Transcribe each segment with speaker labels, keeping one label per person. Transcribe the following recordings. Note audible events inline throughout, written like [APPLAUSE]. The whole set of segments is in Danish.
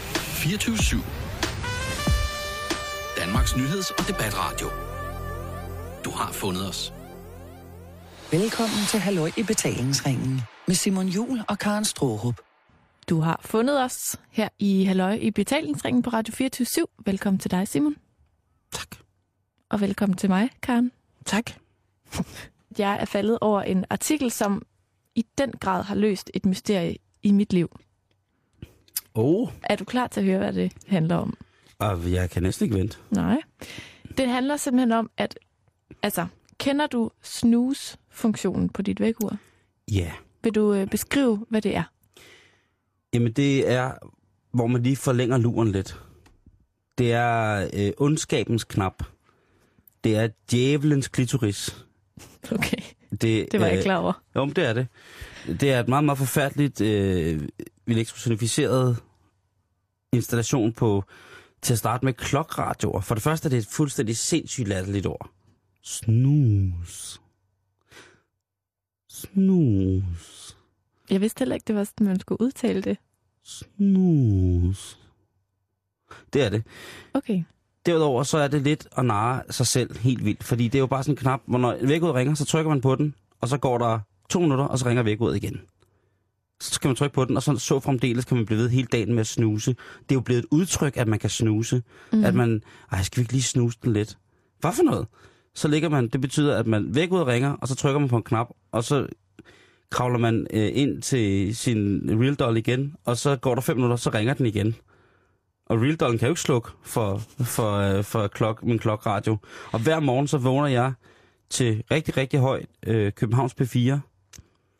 Speaker 1: 24-7. Danmarks nyheds- og debatradio. Du har fundet os.
Speaker 2: Velkommen til Halløj i betalingsringen med Simon Jul og Karen Strohrup.
Speaker 3: Du har fundet os her i Halløj i betalingsringen på Radio 24 Velkommen til dig, Simon.
Speaker 4: Tak.
Speaker 3: Og velkommen til mig, Karen.
Speaker 4: Tak.
Speaker 3: [LAUGHS] Jeg er faldet over en artikel, som i den grad har løst et mysterie i mit liv.
Speaker 4: Oh,
Speaker 3: Er du klar til at høre, hvad det handler om?
Speaker 4: og jeg kan næsten ikke vente.
Speaker 3: Nej. Det handler simpelthen om, at... Altså, kender du snooze-funktionen på dit vækkeur?
Speaker 4: Ja.
Speaker 3: Vil du øh, beskrive, hvad det er?
Speaker 4: Jamen det er, hvor man lige forlænger luren lidt. Det er øh, ondskabens knap. Det er djævelens klitoris.
Speaker 3: Okay,
Speaker 4: Det, øh,
Speaker 3: det var jeg ikke klar over.
Speaker 4: Jo, men det er det. Det er et meget, meget forfærdeligt øh, elektrosonificeret installation på, til at starte med, klokradioer. For det første er det et fuldstændig sindssygt latterligt ord. Snus. Snus.
Speaker 3: Jeg vidste heller ikke, det var sådan, man skulle udtale det.
Speaker 4: Snus. Det er det.
Speaker 3: Okay.
Speaker 4: Derudover så er det lidt at narre sig selv helt vildt, fordi det er jo bare sådan en knap, hvor når vækkeudet ringer, så trykker man på den, og så går der to minutter, og så ringer vækkeudet igen. Så skal man trykke på den, og så, så fremdeles kan man blive ved hele dagen med at snuse. Det er jo blevet et udtryk, at man kan snuse. Mm. At man, ej, skal vi ikke lige snuse den lidt? Hvad for noget? Så ligger man, det betyder, at man vækkeudet ringer, og så trykker man på en knap, og så kravler man øh, ind til sin real doll igen, og så går der fem minutter, så ringer den igen. Og Real Dollen kan jo ikke slukke for, for, øh, for klok, min klokradio. Og hver morgen så vågner jeg til rigtig, rigtig højt øh, Københavns P4,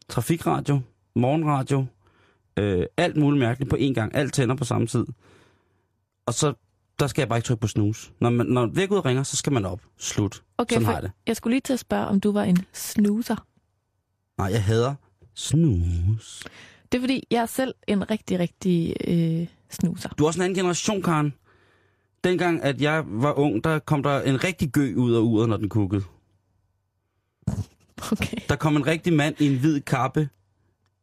Speaker 4: trafikradio, morgenradio, øh, alt muligt mærkeligt på én gang. Alt tænder på samme tid. Og så der skal jeg bare ikke trykke på snus. Når, man, når vækkeudet ringer, så skal man op. Slut.
Speaker 3: okay
Speaker 4: Sådan
Speaker 3: for
Speaker 4: har jeg det.
Speaker 3: Jeg skulle lige til at spørge, om du var en snuser.
Speaker 4: Nej, jeg hader snus.
Speaker 3: Det er fordi, jeg er selv en rigtig, rigtig øh, snuser.
Speaker 4: Du er også en anden generation, Karen. Dengang, at jeg var ung, der kom der en rigtig gø ud af uret, når den kukkede.
Speaker 3: [LAUGHS] Okay.
Speaker 4: Der kom en rigtig mand i en hvid kappe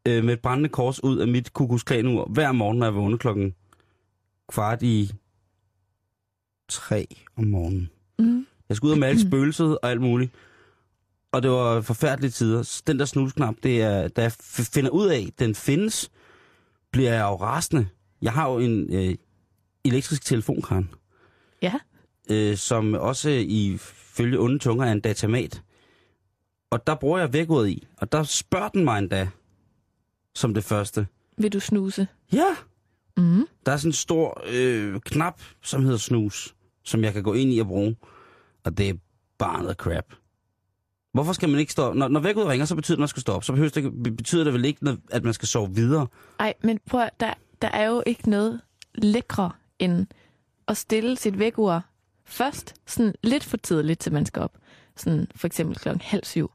Speaker 4: øh, med et brændende kors ud af mit kukusklanur hver morgen, når jeg vågnede klokken kvart i tre om morgenen.
Speaker 3: Mm.
Speaker 4: Jeg skulle ud og male spøgelset og alt muligt. Og det var forfærdelige tider. Så Den der snusknap, det er, da jeg f- finder ud af, at den findes, bliver jeg jo rasende. Jeg har jo en øh, elektrisk telefonkran,
Speaker 3: Ja.
Speaker 4: øh, som også ifølge onde tunger er en datamat. Og der bruger jeg vækkeordet i, og der spørger den mig endda, som det første.
Speaker 3: Vil du snuse?
Speaker 4: Ja,
Speaker 3: Mm.
Speaker 4: der er sådan en stor øh, knap, som hedder snus, som jeg kan gå ind i og bruge. Og det er bare noget crap. Hvorfor skal man ikke stå op? Når, når vækkeudet ringer, så betyder det, at man skal stå op. Så behøver det, ikke- betyder det vel ikke, at man skal sove videre.
Speaker 3: Ej, men prøv at- der, der er jo ikke noget lækre end at stille sit vækkeur først, sådan lidt for tidligt, til man skal op. Sådan for eksempel klokken halv syv.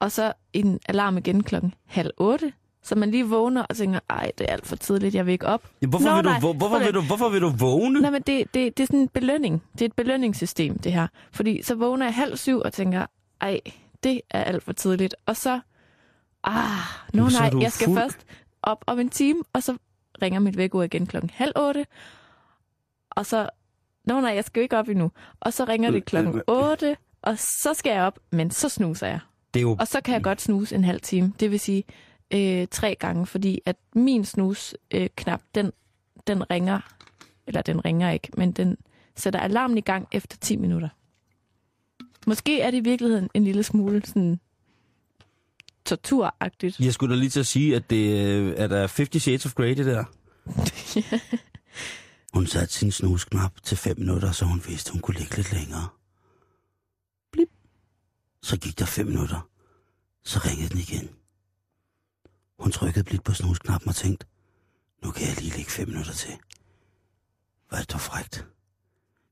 Speaker 3: Og så en alarm igen klokken halv otte, så man lige vågner og tænker, ej, det er alt for tidligt, jeg vil ikke op.
Speaker 4: Ja, Hvorfor,
Speaker 3: Nå,
Speaker 4: vil, du,
Speaker 3: nej.
Speaker 4: hvor, hvorfor,
Speaker 3: Prøv
Speaker 4: vil,
Speaker 3: at-
Speaker 4: du, hvorfor vil du vågne?
Speaker 3: Nej, men det, det, det er sådan en belønning. Det er et belønningssystem, det her. Fordi så vågner jeg halv syv og tænker, ej, det er alt for tidligt. Og så, ah, no,
Speaker 4: Men så er
Speaker 3: nej,
Speaker 4: du
Speaker 3: jeg skal
Speaker 4: fuld.
Speaker 3: først op om en time, og så ringer mit vækkeur igen klokken halv otte. Og så, no, nej, jeg skal jo ikke op endnu. Og så ringer
Speaker 4: Øh,
Speaker 3: det klokken otte, og så skal jeg op, men så snuser jeg.
Speaker 4: Det er jo
Speaker 3: Og så kan jeg godt snuse en halv time. Det vil sige øh, tre gange, fordi at min snus-knap, øh, knap, den, den ringer, eller den ringer ikke, men den sætter alarmen i gang efter 10 minutter. Måske er det i virkeligheden en lille smule sådan torturagtigt.
Speaker 4: Jeg skulle da lige til at sige, at det øh, at der er 50 Shades of Grey,
Speaker 3: [LAUGHS]
Speaker 4: det der. Hun satte sin snusknap til 5 minutter, så hun vidste, hun kunne ligge lidt længere. Blip. Så gik der 5 minutter. Så ringede den igen. Hun trykkede blidt på snusknappen og tænkte, nu kan jeg lige lægge 5 minutter til. Hvad er det dog frækt?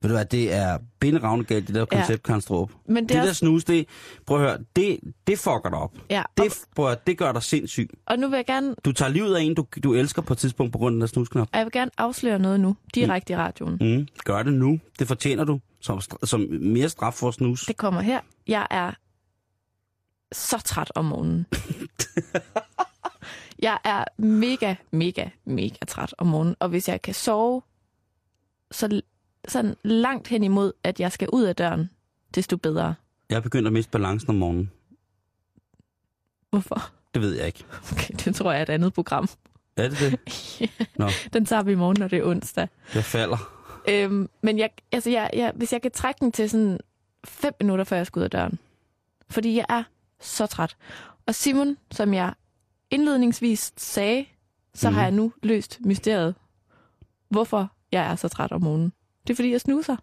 Speaker 4: Ved du hvad, det er binderavne galt, det der
Speaker 3: Ja.
Speaker 4: koncept, Karen Straarup.
Speaker 3: Men det
Speaker 4: Det
Speaker 3: er
Speaker 4: der
Speaker 3: også,
Speaker 4: snus, det, prøv at høre, det, det fucker dig op.
Speaker 3: ja, og,
Speaker 4: Det, prøv at, høre, det gør dig sindssyg.
Speaker 3: og nu vil jeg gerne,
Speaker 4: Du tager livet af en, du, du elsker på et tidspunkt på grund af den der snusknap.
Speaker 3: og jeg vil gerne afsløre noget nu, direkte i radioen.
Speaker 4: Mm. Gør det nu. Det fortjener du. Som, stra- som mere straf for at snuse.
Speaker 3: Det kommer her. Jeg er så træt om morgenen. jeg er mega, mega, mega træt om morgenen. Og hvis jeg kan sove så sådan langt hen imod, at jeg skal ud af døren, desto bedre.
Speaker 4: Jeg er begyndt at miste balancen om morgenen.
Speaker 3: Hvorfor? [LAUGHS]
Speaker 4: Det ved jeg ikke.
Speaker 3: Okay, det tror jeg er et andet program.
Speaker 4: Er det det? Nå.
Speaker 3: [LAUGHS] Den tager vi i morgen, når det er onsdag.
Speaker 4: Jeg falder.
Speaker 3: Øhm, men jeg, altså jeg, jeg, hvis jeg kan trække den til sådan fem minutter, før jeg skal ud af døren. Fordi jeg er så træt. Og Simon, som jeg indledningsvis sagde, så mm.
Speaker 4: Mhm.
Speaker 3: har jeg nu løst mysteriet. Hvorfor jeg er så træt om morgenen. Det er fordi, jeg snuser.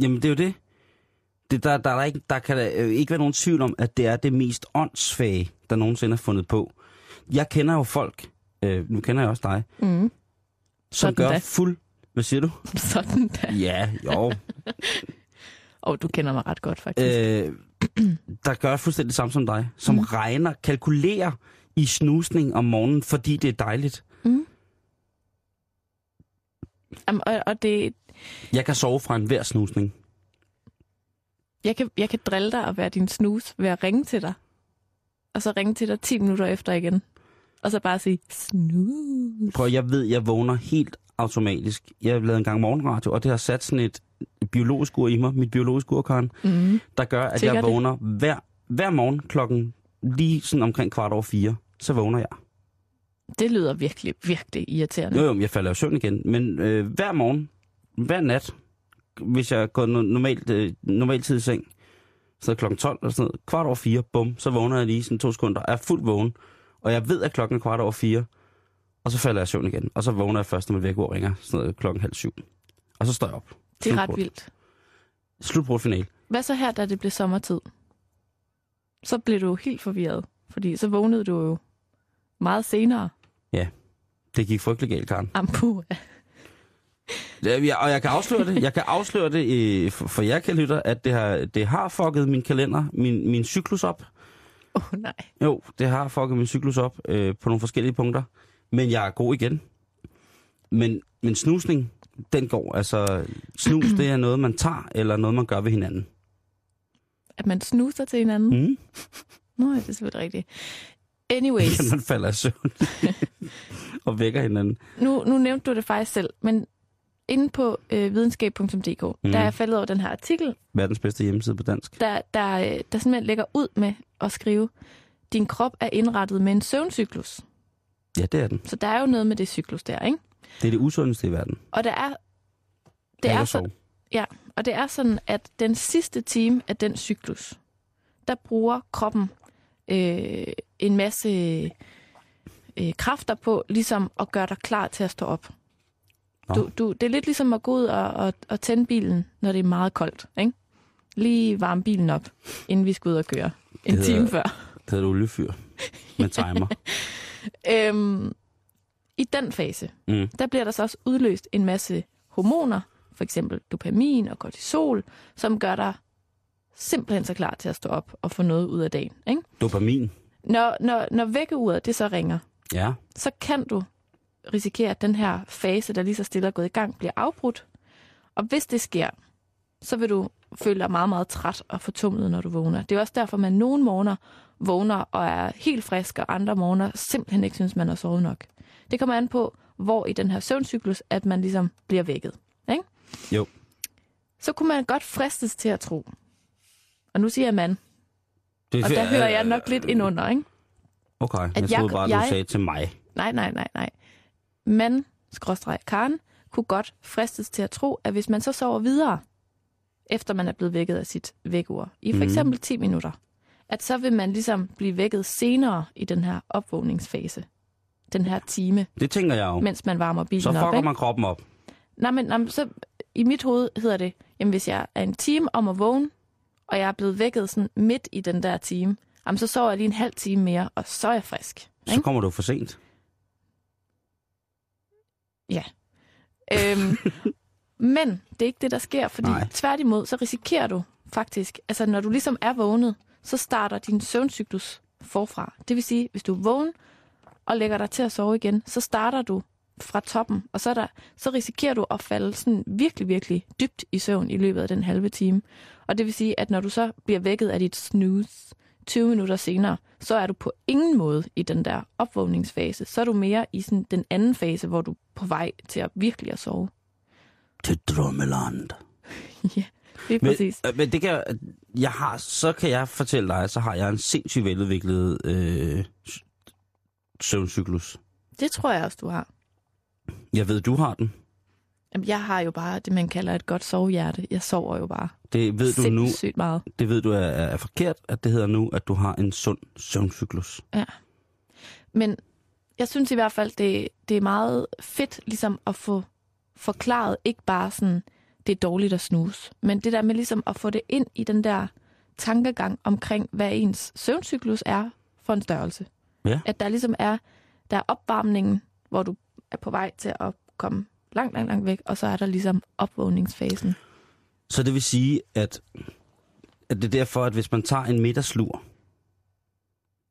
Speaker 4: Jamen, det er jo det. det der, der, er der, ikke, der kan der, øh, ikke være nogen tvivl om, at det er det mest åndssvage, der nogensinde er fundet på. Jeg kender jo folk, øh, nu kender jeg også dig,
Speaker 3: Mm.
Speaker 4: som
Speaker 3: Sådan
Speaker 4: gør
Speaker 3: da.
Speaker 4: fuld... Hvad siger du?
Speaker 3: [LAUGHS] Sådan da.
Speaker 4: Ja, jo.
Speaker 3: Og du kender mig ret godt, faktisk. Øh.
Speaker 4: øh, der gør fuldstændig det samme som dig, som mm. regner, kalkulerer i snusning om morgenen, fordi det er dejligt.
Speaker 3: Jamen, og, og det,
Speaker 4: Jeg kan sove fra enhver snusning.
Speaker 3: jeg, kan, jeg kan drille dig og være din snus ved at ringe til dig. Og så ringe til dig 10 minutter efter igen. Og så bare sige, snus.
Speaker 4: Prøv, jeg ved, jeg vågner helt automatisk. Jeg lavede engang morgenradio, og det har sat sådan et biologisk ur i mig, mit biologiske urkarn,
Speaker 3: Mm.
Speaker 4: der gør, at
Speaker 3: Tikker
Speaker 4: jeg
Speaker 3: det?
Speaker 4: vågner hver, hver morgen klokken lige sådan omkring kvart over fire, så vågner jeg.
Speaker 3: Det lyder virkelig, virkelig irriterende.
Speaker 4: Jo, jo, men jeg falder jo i søvn igen, men øh, hver morgen, hver nat, hvis jeg går no- normalt, øh, normalt tid i seng, så er klokken 12 eller sådan noget, kvart over fire, bum, så vågner jeg lige sådan to sekunder, er fuldt vågen, og jeg ved, at klokken er kvart over fire, og så falder jeg i søvn igen, og så vågner jeg først, når mit vækord ringer, sådan noget klokken halv syv. Og så står jeg op.
Speaker 3: Det er ret
Speaker 4: Slutbrudt.
Speaker 3: vildt.
Speaker 4: Slutbrudt final.
Speaker 3: Hvad så her, da det blev sommertid? Så blev du jo helt forvirret, fordi så vågnede du jo meget senere.
Speaker 4: Det gik frygtelig galt, Karen.
Speaker 3: Ampu. [LAUGHS]
Speaker 4: Ja, jeg- og jeg kan afsløre det, jeg kan afsløre det øh, for, for jer, kan lytter, at det har, det har fucket min kalender, min, min cyklus op.
Speaker 3: Åh oh, nej.
Speaker 4: Jo, det har fucket min cyklus op øh, på nogle forskellige punkter. Men jeg er god igen. Men, men snusning, den går. Altså, snus, det er noget, man tager, eller noget, man gør ved hinanden.
Speaker 3: At man snuser til hinanden. Mm.
Speaker 4: Mm.
Speaker 3: Nå, ja, det er selvfølgelig rigtigt.
Speaker 4: [LAUGHS]
Speaker 3: Anyways,
Speaker 4: man falder i søvn og vækker hinanden.
Speaker 3: nu, nu nævnte du det faktisk selv, men inde på øh, videnskab.dk, mm.
Speaker 4: Mm.
Speaker 3: der er jeg faldet over den her artikel,
Speaker 4: Verdens bedste hjemmeside på dansk.
Speaker 3: der, der, øh, der simpelthen lægger ud med at skrive, din krop er indrettet med en søvncyklus.
Speaker 4: Ja, det er den.
Speaker 3: Så der er jo noget med det cyklus der, ikke?
Speaker 4: Det er det usundeste i verden.
Speaker 3: Og der er, det
Speaker 4: Ikke
Speaker 3: er,
Speaker 4: at
Speaker 3: så,
Speaker 4: sove.
Speaker 3: og det er sådan, at den sidste time af den cyklus, der bruger kroppen øh, en masse øh, kræfter på, ligesom at gøre dig klar til at stå op.
Speaker 4: Nå.
Speaker 3: Du, du, det er lidt ligesom at gå ud og, og, og tænde bilen, når det er meget koldt. Ikke? Lige varme bilen op, inden vi skal ud og køre. En
Speaker 4: Det
Speaker 3: time
Speaker 4: hedder-
Speaker 3: før.
Speaker 4: Det hedder et oliefyr med
Speaker 3: [LAUGHS]
Speaker 4: timer.
Speaker 3: Øhm, I den fase,
Speaker 4: Mm.
Speaker 3: der bliver der så også udløst en masse hormoner, for eksempel dopamin og kortisol, som gør dig simpelthen så klar til at stå op og få noget ud af dagen. Ikke?
Speaker 4: Dopamin.
Speaker 3: Når, når, når vækkeuret det så ringer,
Speaker 4: Ja.
Speaker 3: så kan du risikere, at den her fase, der lige så stille er gået i gang, bliver afbrudt. Og hvis det sker, så vil du føle dig meget, meget træt og fortumlet, når du vågner. Det er også derfor, man nogle morgener vågner og er helt frisk, og andre morgener simpelthen ikke synes, man har sovet nok. Det kommer an på, hvor i den her søvncyklus, at man ligesom bliver vækket. Ikke?
Speaker 4: Jo.
Speaker 3: Så kunne man godt fristes til at tro. Og nu siger jeg mand,
Speaker 4: Det, øh,
Speaker 3: og der hører jeg nok lidt ind under, ikke?
Speaker 4: Okay, jeg
Speaker 3: jeg-
Speaker 4: troede bare, du
Speaker 3: jeg-
Speaker 4: sagde til mig.
Speaker 3: Nej, nej, nej, nej. Men, skråstreg Karen, kunne godt fristes til at tro, at hvis man så sover videre, efter man er blevet vækket af sit vækord, i for
Speaker 4: Mhm.
Speaker 3: eksempel 10 minutter, at så vil man ligesom blive vækket senere i den her opvågningsfase. Den her time,
Speaker 4: Det tænker jeg jo.
Speaker 3: mens man varmer bilen
Speaker 4: så
Speaker 3: op.
Speaker 4: fucker
Speaker 3: ikke?
Speaker 4: man kroppen op.
Speaker 3: Nej, men, nej, men så, i mit hoved hedder det, jamen hvis jeg er en time om at vågne, og jeg er blevet vækket sådan midt i den der time, jamen så sover jeg lige en halv time mere, og så er jeg frisk.
Speaker 4: Så kommer du for sent.
Speaker 3: Øhm, men det er ikke det, der sker, fordi Nej.
Speaker 4: Nej.
Speaker 3: tværtimod, så risikerer du faktisk, altså når du ligesom er vågnet, så starter din søvncyklus forfra. Det vil sige, hvis du er vågen og lægger dig til at sove igen, så starter du fra toppen, og så, er der, så risikerer du at falde sådan virkelig, virkelig dybt i søvn i løbet af den halve time. Og det vil sige, at når du så bliver vækket af dit snooze 20 minutter senere, så er du på ingen måde i den der opvågningsfase. Så er du mere i sådan den anden fase, hvor du er på vej til at virkelig at sove.
Speaker 4: til drømmeland.
Speaker 3: ja, det er
Speaker 4: Men,
Speaker 3: præcis.
Speaker 4: øh, men det kan, jeg har, så kan jeg fortælle dig, så har jeg en sindssygt veludviklet øh, s- søvncyklus.
Speaker 3: Det tror jeg også, du har.
Speaker 4: Jeg ved, du har den.
Speaker 3: Jamen, jeg har jo bare det, man kalder et godt sovehjerte. Jeg sover jo bare
Speaker 4: Det ved du nu,
Speaker 3: sindssygt meget.
Speaker 4: det ved du er, er forkert, at det hedder nu, at du har en sund søvncyklus.
Speaker 3: Men jeg synes i hvert fald, det, det er meget fedt ligesom at få forklaret, ikke bare sådan, det er dårligt at snuse, men det der med ligesom at få det ind i den der tankegang omkring, hvad ens søvncyklus er for en størrelse.
Speaker 4: Ja.
Speaker 3: At der ligesom er, der er opvarmningen, hvor du er på vej til at komme langt, langt, langt væk, og så er der ligesom opvågningsfasen.
Speaker 4: Så det vil sige, at, at det er derfor, at hvis man tager en middagslur,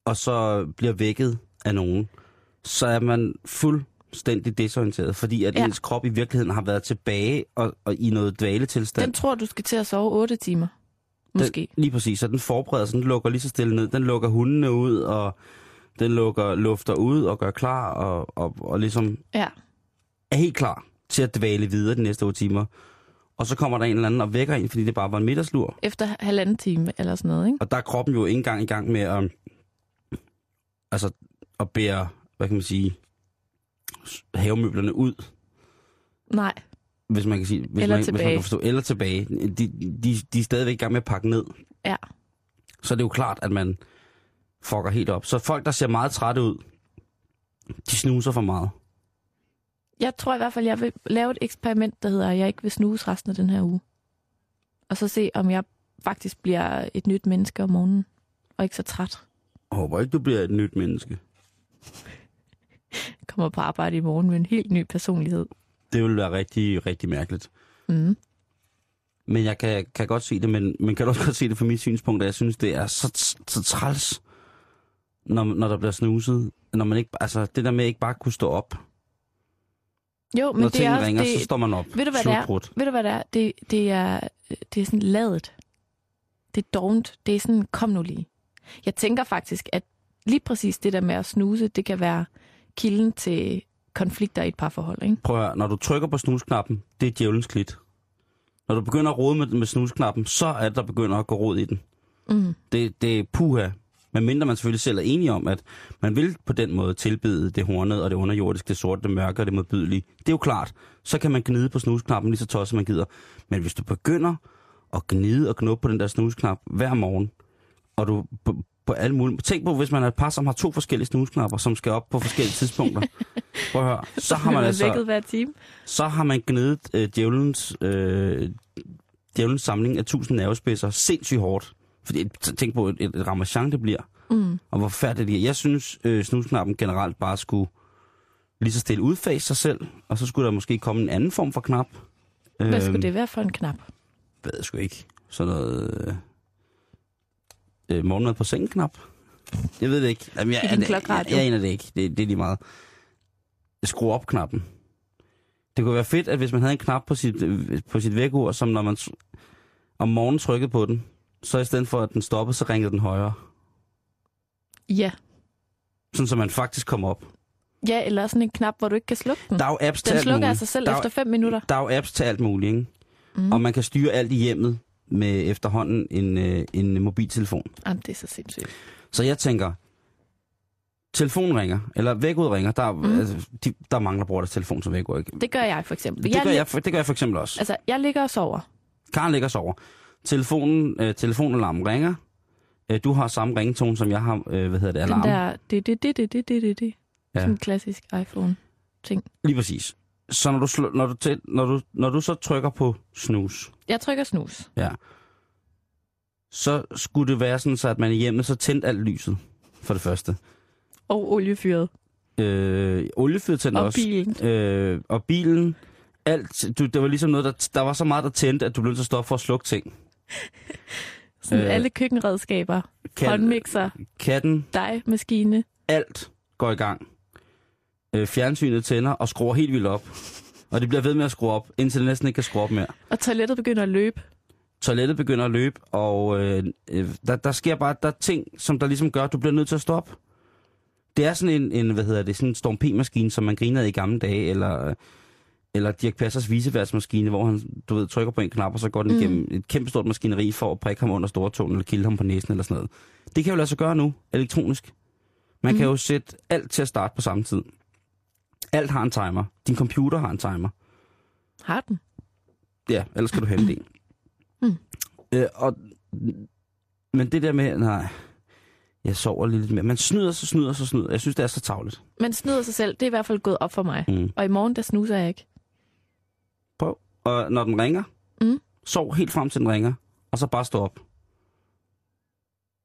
Speaker 4: og så bliver vækket af nogen, så er man fuldstændig desorienteret, fordi at
Speaker 3: Ja.
Speaker 4: ja. ens krop i virkeligheden har været tilbage og, og i noget dvaletilstand.
Speaker 3: Den tror, du skal til at sove 8 timer. Måske.
Speaker 4: Den, lige præcis, så den forbereder sig, den lukker lige så stille ned, den lukker hundene ud, og den lukker lufter ud og gør klar, og, og, og ligesom
Speaker 3: Ja.
Speaker 4: er helt klar til at dvæle videre de næste otte timer. Og så kommer der en eller anden og vækker en, fordi det bare var en middagslur.
Speaker 3: Efter halvanden time eller sådan noget, ikke?
Speaker 4: Og der er kroppen jo ikke engang i gang med at, altså, at bære, hvad kan man sige, s- havemøblerne ud,
Speaker 3: Nej.
Speaker 4: hvis man kan sige, hvis
Speaker 3: Eller
Speaker 4: man, hvis man
Speaker 3: tilbage.
Speaker 4: kan forstå, eller tilbage. De, de, de er stadigvæk i gang med at pakke ned.
Speaker 3: Ja.
Speaker 4: Så er det jo klart, at man fucker helt op. Så folk, der ser meget trætte ud, de snuser for meget.
Speaker 3: Jeg tror i hvert fald, jeg vil lave et eksperiment, der hedder, at jeg ikke vil snuse resten af den her uge. Og så se, om jeg faktisk bliver et nyt menneske om morgenen, og ikke så træt.
Speaker 4: Jeg håber ikke, du bliver et nyt menneske.
Speaker 3: Jeg kommer på arbejde i morgen med en helt ny personlighed.
Speaker 4: Det ville være rigtig, rigtig mærkeligt.
Speaker 3: Mm.
Speaker 4: Men jeg kan, kan godt se det, men man kan også godt se det fra mit synspunkt, at jeg synes, det er så, så træls, når, når der bliver snuset. Når man ikke, altså, det der med ikke bare kunne stå op.
Speaker 3: Jo,
Speaker 4: Men
Speaker 3: men
Speaker 4: når
Speaker 3: det er
Speaker 4: tingene
Speaker 3: også,
Speaker 4: ringer,
Speaker 3: det,
Speaker 4: så står man op.
Speaker 3: ved du, hvad det er?
Speaker 4: Slutbrudt.
Speaker 3: Ved du, hvad det er? Det, det er, det er sådan ladet. Det er dovent. Det er sådan, kom nu lige. Jeg tænker faktisk, at lige præcis det der med at snuse, det kan være kilden til konflikter i et parforhold, ikke?
Speaker 4: Prøv at høre, når du trykker på snusknappen, det er djævelens klit. Når du begynder at rode med, med snusknappen, så er det, der begynder at gå rod i den.
Speaker 3: Mm.
Speaker 4: Det, det er puha. Men mindre man selvfølgelig selv er enige om, at man vil på den måde tilbede det hornede og det underjordiske, det sorte, det mørke og det modbydelige. Det er jo klart. Så kan man gnide på snusknappen lige så tosset, som man gider. Men hvis du begynder at gnide og knuppe på den der snusknap hver morgen, og du på, på alle mulige... Tænk på, hvis man er et par, som har to forskellige snusknapper, som skal op på forskellige tidspunkter.
Speaker 3: [LAUGHS]
Speaker 4: Prøv at høre. Så har man altså
Speaker 3: vækket hver time.
Speaker 4: så har man gnedet øh, djævelens, øh, djævelens samling af tusind nervespidser sindssygt hårdt. Fordi t- tænk på, et, et, et ramachan det bliver,
Speaker 3: Mm.
Speaker 4: og hvor færdigt det er. Jeg synes, øh, snusknappen generelt bare skulle lige så stille udfase sig selv, og så skulle der måske komme en anden form for knap.
Speaker 3: Hvad skulle
Speaker 4: Øhm.
Speaker 3: det være for en knap?
Speaker 4: Ved jeg sgu ikke. Sådan noget... Øh, øh, morgenmad på sengen knap. Jeg ved det ikke. Jamen,
Speaker 3: I
Speaker 4: jeg,
Speaker 3: din
Speaker 4: jeg, jeg,
Speaker 3: klokkeradio.
Speaker 4: jeg, aner det ikke. Det, det er lige meget. Skru op knappen. Det kunne være fedt, at hvis man havde en knap på sit, øh, på sit vækord, som når man s- om morgenen trykkede på den, så i stedet for at den stoppede, så ringede den højere.
Speaker 3: Ja.
Speaker 4: Sådan, så man faktisk kom op.
Speaker 3: ja, eller sådan en knap, hvor du ikke kan slukke den.
Speaker 4: Der er jo apps til
Speaker 3: Mm. den
Speaker 4: alt muligt.
Speaker 3: slukker af sig selv
Speaker 4: Der er-
Speaker 3: efter 5 minutter.
Speaker 4: Der er jo apps til alt muligt, ikke?
Speaker 3: Mm.
Speaker 4: Og man kan styre alt i hjemmet med efterhånden en, øh, en mobiltelefon.
Speaker 3: Jamen, det er så sindssygt.
Speaker 4: Så jeg tænker, telefonen ringer, eller vækkeud ringer, der, mm.
Speaker 3: Mhm.
Speaker 4: altså, de, der mangler bruger deres telefon som vækkeud, ikke?
Speaker 3: Det gør jeg Altså- for eksempel.
Speaker 4: Det gør, jeg, for- det gør jeg for eksempel også.
Speaker 3: Altså, jeg ligger og sover.
Speaker 4: Karen ligger og sover. Telefonen, øh, telefonalarmen ringer. Øh, du har samme ringetone, som jeg har, øh, hvad hedder det, alarm.
Speaker 3: Den der, det, det, det, det, det, det, det, det.
Speaker 4: Ja.
Speaker 3: Sådan en klassisk iPhone-ting.
Speaker 4: Lige præcis. Så når du, sl- når, du til, når, du, når du så trykker på snus,
Speaker 3: Jeg trykker snus.
Speaker 4: så skulle det være sådan, så at man i hjemmet så tændte alt lyset, for det første.
Speaker 3: Og oliefyret.
Speaker 4: Øh, oliefyret tændte
Speaker 3: Og
Speaker 4: også.
Speaker 3: bilen.
Speaker 4: øh, og bilen, alt, du, det var ligesom noget, der, der var så meget, der tændte, at du blev nødt til at stoppe for at slukke ting.
Speaker 3: Sådan
Speaker 4: Øh,
Speaker 3: alle køkkenredskaber.
Speaker 4: Kan,
Speaker 3: Håndmixer.
Speaker 4: katten,
Speaker 3: Dejmaskine.
Speaker 4: alt går i gang. Øh, fjernsynet tænder og skruer helt vildt op. Og det bliver ved med at skrue op, indtil det næsten ikke kan skrue op mere.
Speaker 3: Og toilettet begynder at løbe.
Speaker 4: Toilettet begynder at løbe, og øh, øh, der, der sker bare, der er ting, som der ligesom gør, at du bliver nødt til at stoppe. Det er sådan en, en hvad hedder det, sådan en Storm P-maskine, som man grinede i gamle dage, eller øh, eller Dirk Passers viseværtsmaskine, hvor han, du ved, trykker på en knap, og så går den mm. igennem et kæmpestort maskineri for at prikke ham under store tåen, eller kilde ham på næsen, eller sådan noget. Det kan jo lade sig gøre nu, elektronisk. Man mm. kan jo sætte alt til at starte på samme tid. Alt har en timer. Din computer har en timer.
Speaker 3: Har den?
Speaker 4: Ja, ellers skal du hente en.
Speaker 3: Mm.
Speaker 4: Øh, og, men det der med, nej, jeg sover lige lidt mere. Man snyder, så snyder, så snyder. Jeg synes, det er så tavligt.
Speaker 3: Man snyder sig selv. Det er i hvert fald gået op for mig.
Speaker 4: Mm.
Speaker 3: Og i morgen, der snuser jeg ikke.
Speaker 4: Prøv. Og når den ringer,
Speaker 3: Mm.
Speaker 4: sov helt frem til den ringer, og så bare stå op.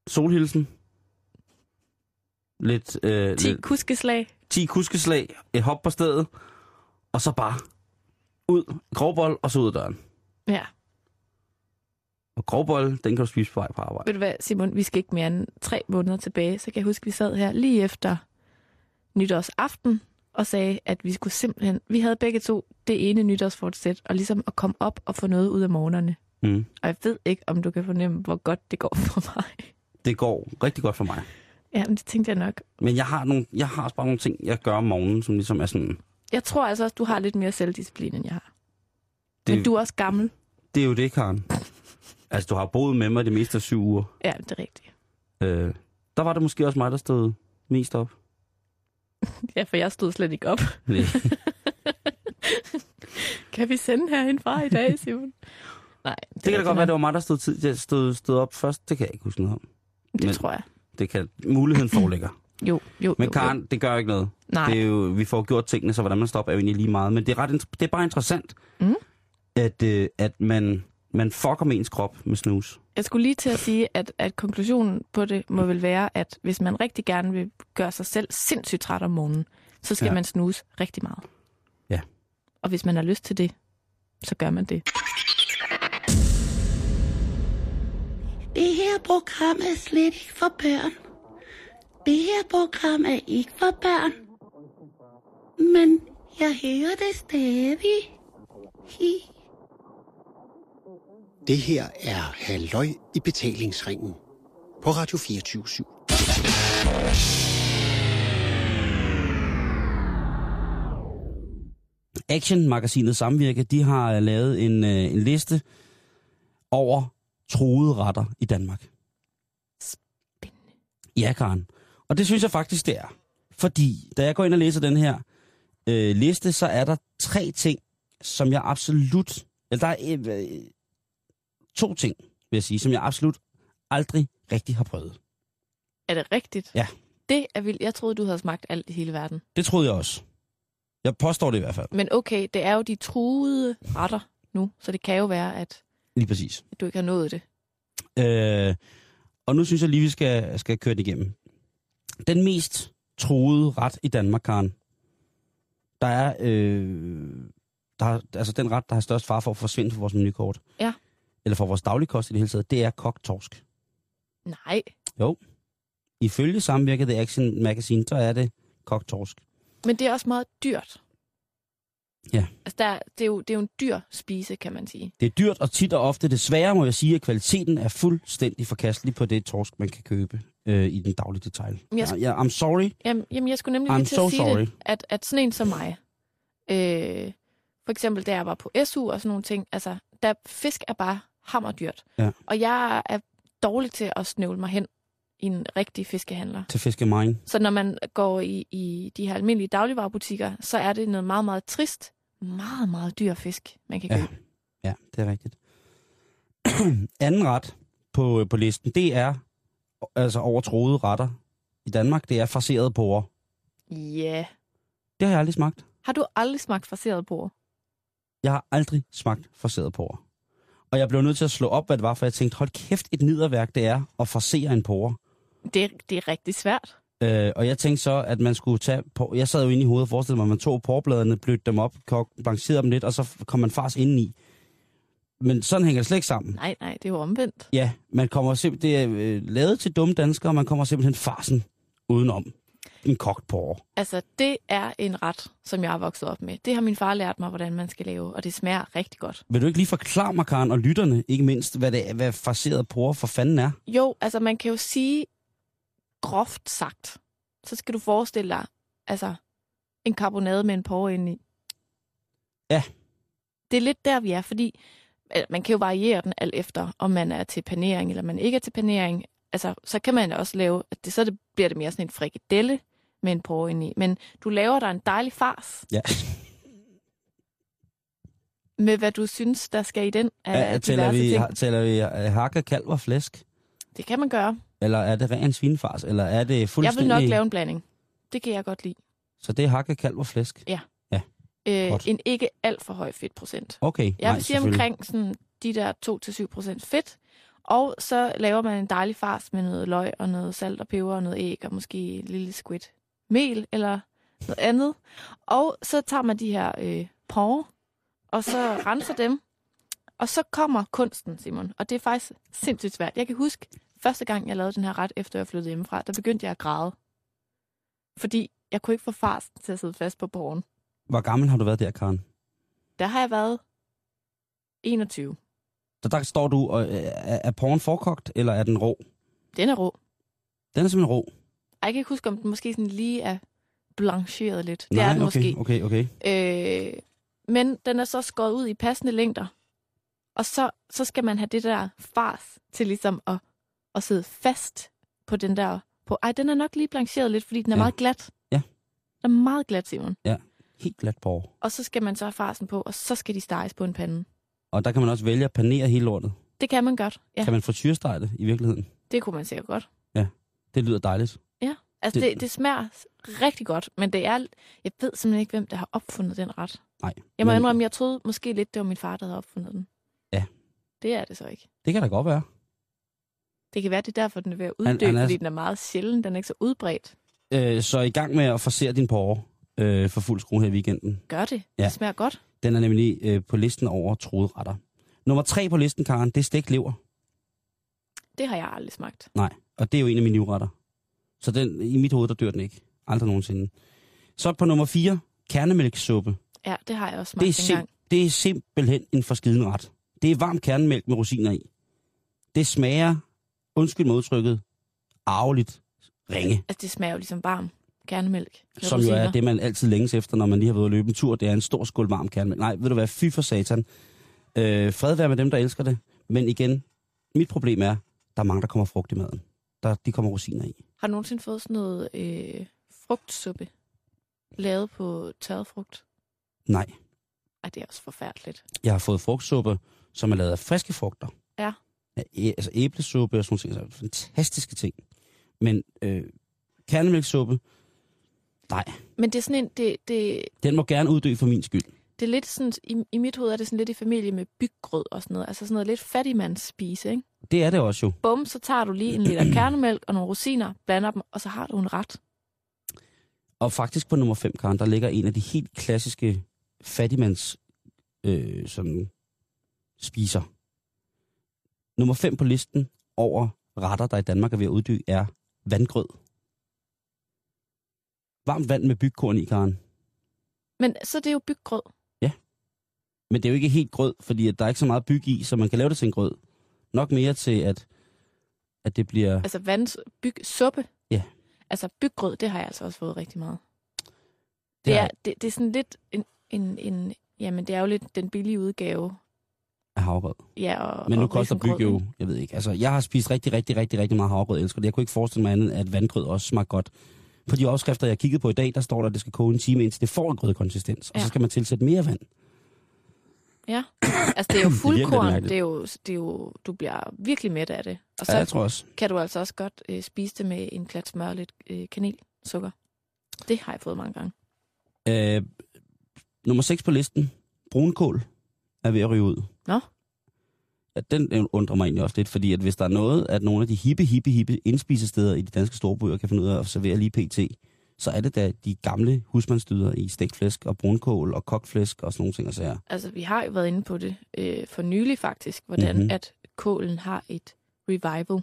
Speaker 4: Solhilsen. Lidt, øh,
Speaker 3: 10
Speaker 4: lidt
Speaker 3: kuskeslag.
Speaker 4: 10 kuskeslag, et hop på stedet, og så bare ud, grovbold, og så ud af døren.
Speaker 3: Ja.
Speaker 4: Og grovbold, den kan du spise på vej på arbejde.
Speaker 3: Ved du hvad, Simon, vi skal ikke mere end tre måneder tilbage, så kan jeg huske, vi sad her lige efter nytårsaften og sagde, at vi skulle simpelthen, vi havde begge to det ene nytårsfortsæt, og ligesom at komme op og få noget ud af morgenerne.
Speaker 4: Mm.
Speaker 3: Og jeg ved ikke, om du kan fornemme, hvor godt det går for mig. [LAUGHS]
Speaker 4: Det går rigtig godt for mig.
Speaker 3: Ja, men det tænkte jeg nok.
Speaker 4: Men jeg har, nogle, jeg har også bare nogle ting, jeg gør om morgenen, som ligesom er sådan...
Speaker 3: Jeg tror altså også, du har lidt mere selvdisciplin, end jeg har. Det... Men
Speaker 4: Det,
Speaker 3: du er også gammel.
Speaker 4: det er jo det, Karen. Altså, du har boet med mig det meste af syv uger.
Speaker 3: Ja, det er rigtigt.
Speaker 4: Øh, der var det måske også mig, der stod mest op.
Speaker 3: Ja, for jeg stod slet ikke op.
Speaker 4: Nej.
Speaker 3: [LAUGHS] Kan vi sende herindfra i dag, Simon? Nej,
Speaker 4: Det kan da godt være, det var mig, der stod, tid, jeg stod, stod op først. Det kan jeg ikke huske noget om.
Speaker 3: Det
Speaker 4: men-
Speaker 3: tror jeg.
Speaker 4: Det kan, muligheden
Speaker 3: [LAUGHS]
Speaker 4: foreligger.
Speaker 3: Jo, jo,
Speaker 4: Men
Speaker 3: jo, jo.
Speaker 4: Karen, det gør ikke noget.
Speaker 3: Nej.
Speaker 4: Det er jo, vi får gjort tingene, så hvordan man stopper er jo egentlig lige meget. Men det er, ret, int- det er bare interessant,
Speaker 3: Mm.
Speaker 4: at, øh, at man, man fucker med ens krop med snus.
Speaker 3: Jeg skulle lige til at sige, at, at konklusionen på det må vel være, at hvis man rigtig gerne vil gøre sig selv sindssygt træt om morgenen, så skal
Speaker 4: Ja.
Speaker 3: ja. man snuse rigtig meget.
Speaker 4: Ja.
Speaker 3: Og hvis man har lyst til det, så gør man det.
Speaker 5: Det her program er slet ikke for børn. Det her program er ikke for børn. Men jeg hører det stadig. Hi.
Speaker 6: Det her er Halløj i betalingsringen på Radio 24 /7.
Speaker 4: Action-magasinet Samvirke, de har øh, lavet en, øh, en liste over troede retter i Danmark. Ja, Karen. Og det synes jeg faktisk, det er. Fordi, da jeg går ind og læser den her øh, liste, så er der tre ting, som jeg absolut... Eller der er øh, øh, to ting, vil jeg sige, som jeg absolut aldrig rigtig har prøvet.
Speaker 3: Er det rigtigt?
Speaker 4: Ja.
Speaker 3: Det er vildt. Jeg troede, du havde smagt alt i hele verden.
Speaker 4: Det troede jeg også. Jeg påstår det i hvert fald.
Speaker 3: Men okay, det er jo de truede retter nu, så det kan jo være, at
Speaker 4: Lige præcis.
Speaker 3: du ikke har nået det.
Speaker 4: Øh, og nu synes jeg lige, vi skal, skal køre det igennem. Den mest troede ret i Danmark, Karen, der er, øh, der er altså den ret, der har størst far for at forsvinde fra vores menukort.
Speaker 3: Ja.
Speaker 4: Eller fra vores dagligkost i det hele taget, det er kogtorsk.
Speaker 3: Nej.
Speaker 4: Ifølge samvirket The Action Magazine, så er det kogtorsk.
Speaker 3: Men det er også meget dyrt.
Speaker 4: Ja.
Speaker 3: Altså, der, det, er jo, det er jo en dyr spise, kan man sige.
Speaker 4: Det er dyrt, og tit og ofte desværre må jeg sige, at kvaliteten er fuldstændig forkastelig på det torsk, man kan købe øh, i den daglige detail.
Speaker 3: Men jeg-
Speaker 4: Jeg, jeg, I'm sorry.
Speaker 3: Jamen, jamen jeg skulle nemlig
Speaker 4: I'm
Speaker 3: lige til
Speaker 4: so
Speaker 3: at sige
Speaker 4: sorry.
Speaker 3: det, at, at sådan en som mig, øh, for eksempel da jeg var på SU og sådan nogle ting, altså, der fisk er bare hammerdyrt.
Speaker 4: Ja.
Speaker 3: Og jeg er dårlig til at snøvle mig hen i en rigtig fiskehandler.
Speaker 4: Til fiskemine.
Speaker 3: Så når man går i, i de her almindelige dagligvarerbutikker, så er det noget meget, meget trist, meget, meget dyr fisk, man kan
Speaker 4: Ja.
Speaker 3: købe.
Speaker 4: Ja, det er rigtigt. [CLEARS THROAT] Anden ret på, på listen, det er altså overtroede retter i Danmark, det er farserede porre.
Speaker 3: Ja. Yeah.
Speaker 4: Det har jeg aldrig smagt.
Speaker 3: Har du aldrig smagt fraseret bord?
Speaker 4: Jeg har aldrig smagt farserede porre. Og jeg blev nødt til at slå op, hvad det var, for jeg tænkte, hold kæft, et nederværk det er at forsere en porre.
Speaker 3: Det, er- det er rigtig svært.
Speaker 4: Øh, og jeg tænkte så, at man skulle tage på. Jeg sad jo inde i hovedet og forestillede mig, at man tog porrebladene, blødte dem op, kog, blancherede dem lidt, og så kom man fars indeni. Men sådan hænger det slet ikke sammen.
Speaker 3: Nej, nej, det er jo omvendt.
Speaker 4: Ja, man kommer simpelthen, det er øh, lavet til dumme danskere, og man kommer simpelthen farsen udenom en kogt porre.
Speaker 3: Altså, det er en ret, som jeg er vokset op med. Det har min far lært mig, hvordan man skal lave, og det smager rigtig godt.
Speaker 4: Vil du ikke lige forklare mig, Karen, og lytterne, ikke mindst, hvad, det er, hvad farseret porre for fanden er?
Speaker 3: Jo, altså, man kan jo sige groft sagt, så skal du forestille dig, altså, en karbonade med en porre indeni.
Speaker 4: Ja.
Speaker 3: Det er lidt der, vi er, fordi øh, man kan jo variere den alt efter, om man er til panering eller man ikke er til panering. Altså, så kan man også lave, at det, så det, bliver det mere sådan en frikadelle med en porre ind i. Men du laver dig en dejlig fars
Speaker 4: Ja.
Speaker 3: med, hvad du synes, der skal i den af [LAUGHS]
Speaker 4: ja
Speaker 3: ja,
Speaker 4: [LAUGHS] tæller,
Speaker 3: diverse
Speaker 4: vi,
Speaker 3: ting.
Speaker 4: ha- tæller vi øh, hakke, kalv og flæsk?
Speaker 3: Det kan man gøre.
Speaker 4: Eller er det ren svinefars? Eller er det
Speaker 3: Jeg vil
Speaker 4: fuldstændig...
Speaker 3: nok lave en blanding. Det kan jeg godt lide.
Speaker 4: Så det er hakke, kalv og flæsk?
Speaker 3: Øh,
Speaker 4: Godt.
Speaker 3: en ikke alt for høj fedtprocent.
Speaker 4: Okay,
Speaker 3: Jeg
Speaker 4: nej,
Speaker 3: vil sige
Speaker 4: selvfølgelig.
Speaker 3: omkring sådan, de der 2-7% fedt, og så laver man en dejlig fars med noget løg og noget salt og peber og noget æg og måske en lille squid mel eller noget andet. Og så tager man de her øh, porre, og så renser dem, og så kommer kunsten, Simon. Og det er faktisk sindssygt svært. Jeg kan huske, første gang jeg lavede den her ret, efter jeg flyttede hjemmefra, der begyndte jeg at græde. Fordi jeg kunne ikke få farsen til at sidde fast på porren.
Speaker 4: Hvor gammel har du været der, Karen?
Speaker 3: Der har jeg været 21.
Speaker 4: Så der står du, og øh, er er porren forkogt, eller er den rå?
Speaker 3: Den er rå.
Speaker 4: Den er simpelthen rå.
Speaker 3: Ej, Jeg kan ikke huske, om den måske sådan lige er blancheret lidt. Det
Speaker 4: Nej,
Speaker 3: er den
Speaker 4: okay,
Speaker 3: måske.
Speaker 4: okay, okay.
Speaker 3: Øh, men den er så skåret ud i passende længder. Og så, så skal man have det der fars til ligesom at, at sidde fast på den der... På, ej, den er nok lige blancheret lidt, fordi den er
Speaker 4: Ja.
Speaker 3: meget glat.
Speaker 4: Ja.
Speaker 3: Den er meget glat, Simon.
Speaker 4: Helt glat porre.
Speaker 3: Og så skal man så have farsen på, og så skal de steges på en pande.
Speaker 4: Og der kan man også vælge at panere hele lortet.
Speaker 3: Det kan man godt. Ja,
Speaker 4: Ja. Kan man få syresteg det i virkeligheden?
Speaker 3: det kunne man sikkert godt.
Speaker 4: Det lyder dejligt.
Speaker 3: Altså,
Speaker 4: Det-
Speaker 3: det, det smager s- rigtig godt, men det er... Jeg ved simpelthen ikke, hvem der har opfundet den ret.
Speaker 4: Nej.
Speaker 3: Jeg må
Speaker 4: men
Speaker 3: indrømme, jeg troede måske lidt, det var min far, der havde opfundet den.
Speaker 4: Ja.
Speaker 3: Det er det så ikke.
Speaker 4: Det kan da godt være.
Speaker 3: Det kan være, det er derfor, den er ved at
Speaker 4: Han-
Speaker 3: uddø,
Speaker 4: han er-
Speaker 3: fordi den er meget sjælden. Den er ikke så udbredt.
Speaker 4: Øh, så i gang med at forsere din porre øh, for fuld skrue her i weekenden.
Speaker 3: Gør det.
Speaker 4: Ja.
Speaker 3: Ja. Det smager godt.
Speaker 4: Den er nemlig øh, på listen over troede retter. Nummer tre på listen, Karen, det er stegt lever.
Speaker 3: Det har jeg aldrig smagt.
Speaker 4: Nej, og det er jo en af mine livretter. Så den, i mit hoved, der dør den ikke. Aldrig nogensinde. Så på nummer 4, kernemælkssuppe.
Speaker 3: Ja, det har jeg også
Speaker 4: Det er,
Speaker 3: smagt engang.
Speaker 4: sim- det er simpelthen en forskiden ret. Det er varm kernemælk med rosiner i. Det smager, undskyld modtrykket, arveligt ringe,
Speaker 3: Altså, det smager jo ligesom varm kernemælk. med
Speaker 4: som jo er
Speaker 3: rosiner.
Speaker 4: det, man altid længes efter, når man lige har været ude at løbe en tur. Det er en stor skål varm kernemælk. Nej, ved du hvad, fy for satan. Øh, fred være med dem, der elsker det. Men igen, mit problem er, der er mange, der kommer frugt i maden. Der, de kommer rosiner i.
Speaker 3: Har du nogensinde fået sådan noget øh, frugtsuppe lavet på tørret frugt?
Speaker 4: Nej.
Speaker 3: Ej, det er også forfærdeligt.
Speaker 4: Jeg har fået frugtsuppe, som er lavet af friske frugter.
Speaker 3: Ja.
Speaker 4: æ, altså æblesuppe og sådan nogle ting. Så fantastiske ting. Men øh, kernemælksuppe, nej,
Speaker 3: Men det er sådan en... Det, det,
Speaker 4: den må gerne uddø for min skyld.
Speaker 3: det er lidt sådan... I, I mit hoved er det sådan lidt i familie med byggrød og sådan noget. Altså sådan noget lidt fattigmandsspise, ikke?
Speaker 4: Det er det også jo.
Speaker 3: Bum, så tager du lige en
Speaker 4: [CLEARS THROAT]
Speaker 3: liter kernemælk og nogle rosiner, blander dem, og så har du en ret.
Speaker 4: Og faktisk på nummer 5, Karen, der ligger en af de helt klassiske fattigmands øh, sådan, spiser. Nummer 5 på listen over retter, der i Danmark er ved at uddø, er vandgrød. Varmt vand med bygkorn i, Karen.
Speaker 3: Men så er det jo byggrød.
Speaker 4: Men det er jo ikke helt grød, fordi at der er ikke så meget byg i, så man kan lave det til en grød. Nok mere til, at, at det bliver...
Speaker 3: Altså vands, byg, suppe.
Speaker 4: Ja.
Speaker 3: Altså byggrød, det har jeg altså også fået rigtig meget.
Speaker 4: Det
Speaker 3: Det
Speaker 4: er-
Speaker 3: er, det, det er sådan lidt en, en, en... Jamen, det er jo lidt den billige udgave.
Speaker 4: af havgrød.
Speaker 3: Ja, og, ligesom
Speaker 4: Men nu
Speaker 3: og
Speaker 4: koster byg
Speaker 3: risengrød,
Speaker 4: jo,
Speaker 3: ikke?
Speaker 4: jeg ved ikke. Altså, jeg har spist rigtig, rigtig, rigtig, rigtig meget havgrød, jeg elsker det. Jeg kunne ikke forestille mig andet, at vandgrød også smager godt. På de opskrifter, jeg kiggede på i dag, der står der, at det skal koge en time, indtil det får en grødkonsistens. Og så
Speaker 3: Ja.
Speaker 4: skal man tilsætte mere vand.
Speaker 3: Ja. Altså,
Speaker 4: [CLEARS THROAT]
Speaker 3: det er jo
Speaker 4: virkelig lidt
Speaker 3: fuldkorn.
Speaker 4: mærkeligt.
Speaker 3: det, er jo, det er jo... Du bliver virkelig mæt af det. Og så
Speaker 4: Ja, jeg tror også.
Speaker 3: kan du altså også godt øh, spise det med en klat smør og lidt øh, kanelsukker. Det har jeg fået mange gange.
Speaker 4: Øh, nummer 6 på listen, brunkål, er ved at ryge ud.
Speaker 3: Nå.
Speaker 4: Ja, den undrer mig egentlig også lidt, fordi at hvis der er noget, at nogle af de hippe, hippe, hippe indspisesteder i de danske storbyer kan finde ud af at servere lige pt., så er det da de gamle husmandsdyder i stegt flæsk og brunkål og kokflæsk og sådan nogle ting og sager.
Speaker 3: Altså, vi har jo været inde på det øh, for nylig faktisk, hvordan
Speaker 4: Mhm.
Speaker 3: mm-hmm. at kålen har et revival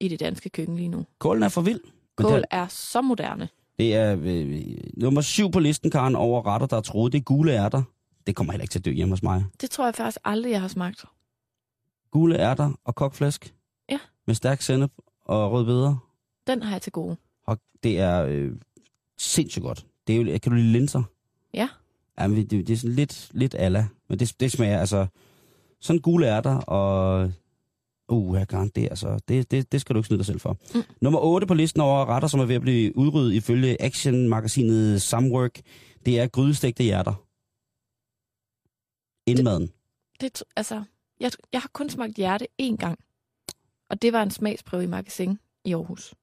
Speaker 3: i det danske køkken lige nu.
Speaker 4: Kålen er for vild. men
Speaker 3: Kål
Speaker 4: Det,
Speaker 3: er så moderne.
Speaker 4: det er øh, øh, nummer syv på listen, Karen, over retter, der er troet. Det er gule ærter. Det kommer heller ikke til at dø hjemme hos mig.
Speaker 3: Det tror jeg faktisk aldrig, jeg har smagt.
Speaker 4: Gule ærter og kokflæsk.
Speaker 3: Ja.
Speaker 4: Med stærk sennep og rødbeder.
Speaker 3: Den har jeg til gode.
Speaker 4: Og det er øh, sindssygt godt. Det er jo, kan du lide linser?
Speaker 3: Ja.
Speaker 4: Jamen, det, det er sådan lidt, lidt alla, men det, det smager altså... Sådan gule ærter og... Uh, jeg garanterer, så det, det, det skal du ikke snyde dig selv for. Mm. Nummer 8 på listen over retter, som er ved at blive udryddet ifølge actionmagasinet Samwork, det er grydestegte hjerter. Indmaden.
Speaker 3: Det, tr- altså, jeg, jeg har kun smagt hjerte én gang. Og det var en smagsprøve i magasin i Aarhus.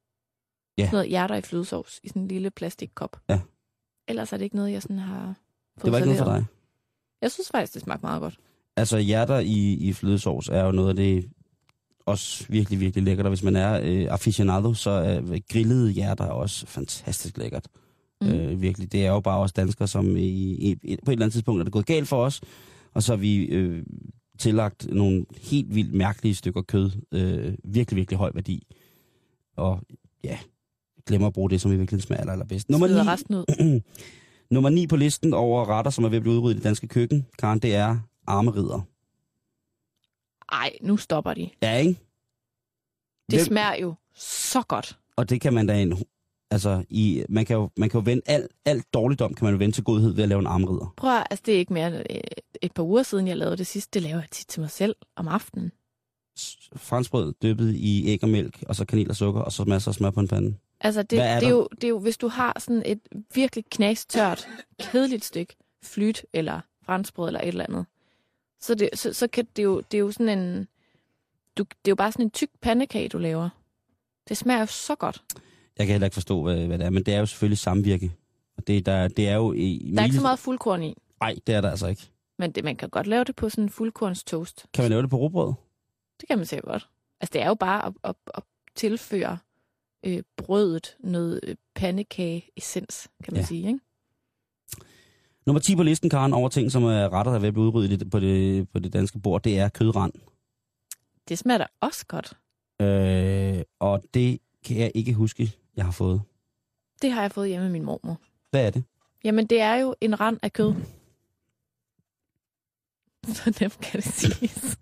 Speaker 4: Ja.
Speaker 3: Sådan noget hjerter i flødesovs i sådan en lille plastikkop.
Speaker 4: Ja.
Speaker 3: Ellers er det ikke noget, jeg sådan har fået
Speaker 4: Det var ikke noget for
Speaker 3: serveret.
Speaker 4: dig.
Speaker 3: Jeg synes faktisk, det smagte meget godt.
Speaker 4: Altså hjerter i, i flødesovs er jo noget af det også virkelig, virkelig lækkert. Og hvis man er øh, aficionado, så er grillede hjerter også fantastisk lækkert. Mm.
Speaker 3: Mm.
Speaker 4: Øh, virkelig. Det er jo bare os danskere, som i, i, i- på et eller andet tidspunkt er det gået galt for os. Og så har vi øh, tillagt nogle helt vildt mærkelige stykker kød. Øh, virkelig, virkelig høj værdi. Og ja, glemmer at bruge det, som i virkeligheden smager aller, allerbedst. Nummer
Speaker 3: Smider
Speaker 4: 9,
Speaker 3: resten ud.
Speaker 4: [CLEARS THROAT] nummer 9 på listen over retter, som er ved at blive udryddet i det danske køkken, Karen, det er armerider.
Speaker 3: Ej, nu stopper de.
Speaker 4: Ja, ikke?
Speaker 3: Det
Speaker 4: Hvem-
Speaker 3: smager jo så godt.
Speaker 4: Og det kan man da en, altså, i, man, kan jo, man kan jo vende al, alt dårligdom, kan man jo vende til godhed ved at lave en armridder.
Speaker 3: Prøv at, altså det er ikke mere end øh, et par uger siden, jeg lavede det sidste. Det laver jeg tit til mig selv om aftenen.
Speaker 4: S- Franskbrød dyppet i æg og mælk, og så kanel og sukker, og så masser af smør på en pande.
Speaker 3: Altså det,
Speaker 4: Hvad er
Speaker 3: det,
Speaker 4: der?
Speaker 3: er jo, det er jo, hvis du har sådan et virkelig knastørt, kedeligt stykke flyt eller franskbrød eller et eller andet, så, det, så, så kan det jo, det er jo sådan en, du, det er jo bare sådan en tyk pandekage, du laver. Det smager jo så godt.
Speaker 4: Jeg kan heller ikke forstå, hvad, hvad det er, men det er jo selvfølgelig samvirke. Og det, der, det er jo... I,
Speaker 3: Der er ikke så meget fuldkorn i,
Speaker 4: Nej, det er der altså ikke.
Speaker 3: men det, man kan godt lave det på sådan en fuldkornstoast.
Speaker 4: Kan man lave det på robrød?
Speaker 3: Det kan man sikkert godt. Altså, det er jo bare at, at, at tilføre øh, brødet noget øh, pandekage-essens, kan man
Speaker 4: Ja.
Speaker 3: ja. sige. Ikke?
Speaker 4: Nummer 10 på listen, Karen, over ting, som er retter, der er ved at blive udryddet i det- på det, på det danske bord, det er kødrand.
Speaker 3: Det smager da også godt.
Speaker 4: Øh, og det kan jeg ikke huske, jeg har fået.
Speaker 3: Det har jeg fået hjemme af min mormor.
Speaker 4: Hvad er det?
Speaker 3: Jamen, det er jo en rand af
Speaker 4: Mm.
Speaker 3: kød. [LAUGHS] Så nemt kan det siges.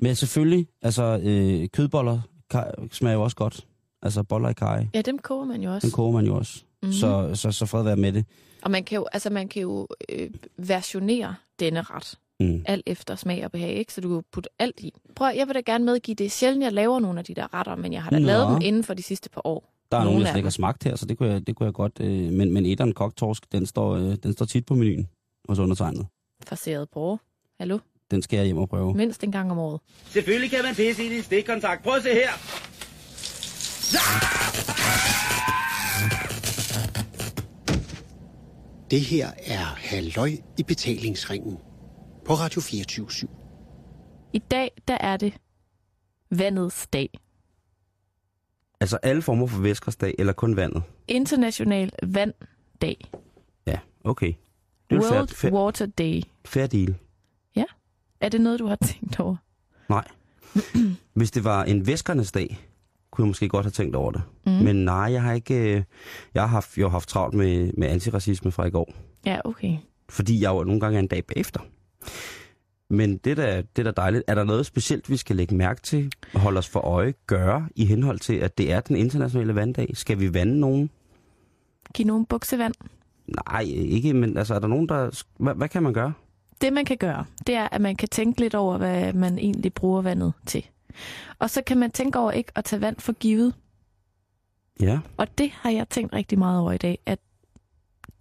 Speaker 4: Men selvfølgelig, altså øh, kødboller kaj, smager jo også godt. Altså boller i kaj,
Speaker 3: Ja, dem koger man jo også.
Speaker 4: den koger man jo også. Mm.
Speaker 3: Mhm.
Speaker 4: Så, så, så fred være med det.
Speaker 3: Og man kan jo, altså, man kan jo øh, versionere denne ret.
Speaker 4: Mm.
Speaker 3: alt efter smag og behag, ikke? så du kan jo putte alt i. Prøv, at- jeg vil da gerne medgive, det er sjældent, jeg laver nogle af de der retter, men jeg har da
Speaker 4: Nå.
Speaker 3: lavet dem inden for de sidste par år.
Speaker 4: Der er nogen,
Speaker 3: Nogle
Speaker 4: der
Speaker 3: af
Speaker 4: slet ikke
Speaker 3: dem.
Speaker 4: har smagt her, så det kunne jeg, det kunne jeg godt. Øh, men, men etteren koktorsk, den står, øh, den står tit på menuen hos undertegnet.
Speaker 3: Farseret porre. Hallo?
Speaker 4: Den skal jeg hjem og prøve.
Speaker 3: Mindst en gang om året.
Speaker 7: Selvfølgelig kan man pisse i din stikkontakt. Prøv at se her.
Speaker 6: Det her er Halløj i betalingsringen på Radio 24 /7.
Speaker 3: I dag, der er det vandets dag.
Speaker 4: Altså alle former for væskersdag, eller kun vandet?
Speaker 3: International vanddag.
Speaker 4: Ja, okay. Det er jo
Speaker 3: World
Speaker 4: fair, fair,
Speaker 3: Water Day.
Speaker 4: fair deal.
Speaker 3: Er det noget, du har tænkt over? [CLEARS THROAT]
Speaker 4: Nej. Hvis det var en væskernes dag, kunne jeg måske godt have tænkt over det. Mm.
Speaker 3: Mhm.
Speaker 4: Men nej, jeg har ikke... øh, Jeg har haft, jeg har haft travlt med, med antiracisme fra i går.
Speaker 3: Ja, okay.
Speaker 4: fordi jeg jo nogle gange er en dag bagefter. Men det der, det der dejligt. Er der noget specielt, vi skal lægge mærke til, holde os for øje, gøre i henhold til, at det er den internationale vanddag? Skal vi vande nogen?
Speaker 3: Giv nogle buksevand.
Speaker 4: Nej, ikke, men altså, er der nogen, der... Hvad, hvad kan man gøre?
Speaker 3: Det, man kan gøre, det er, at man kan tænke lidt over, hvad man egentlig bruger vandet til. Og så kan man tænke over ikke at tage vand for givet.
Speaker 4: Ja,
Speaker 3: Og det har jeg tænkt rigtig meget over i dag, at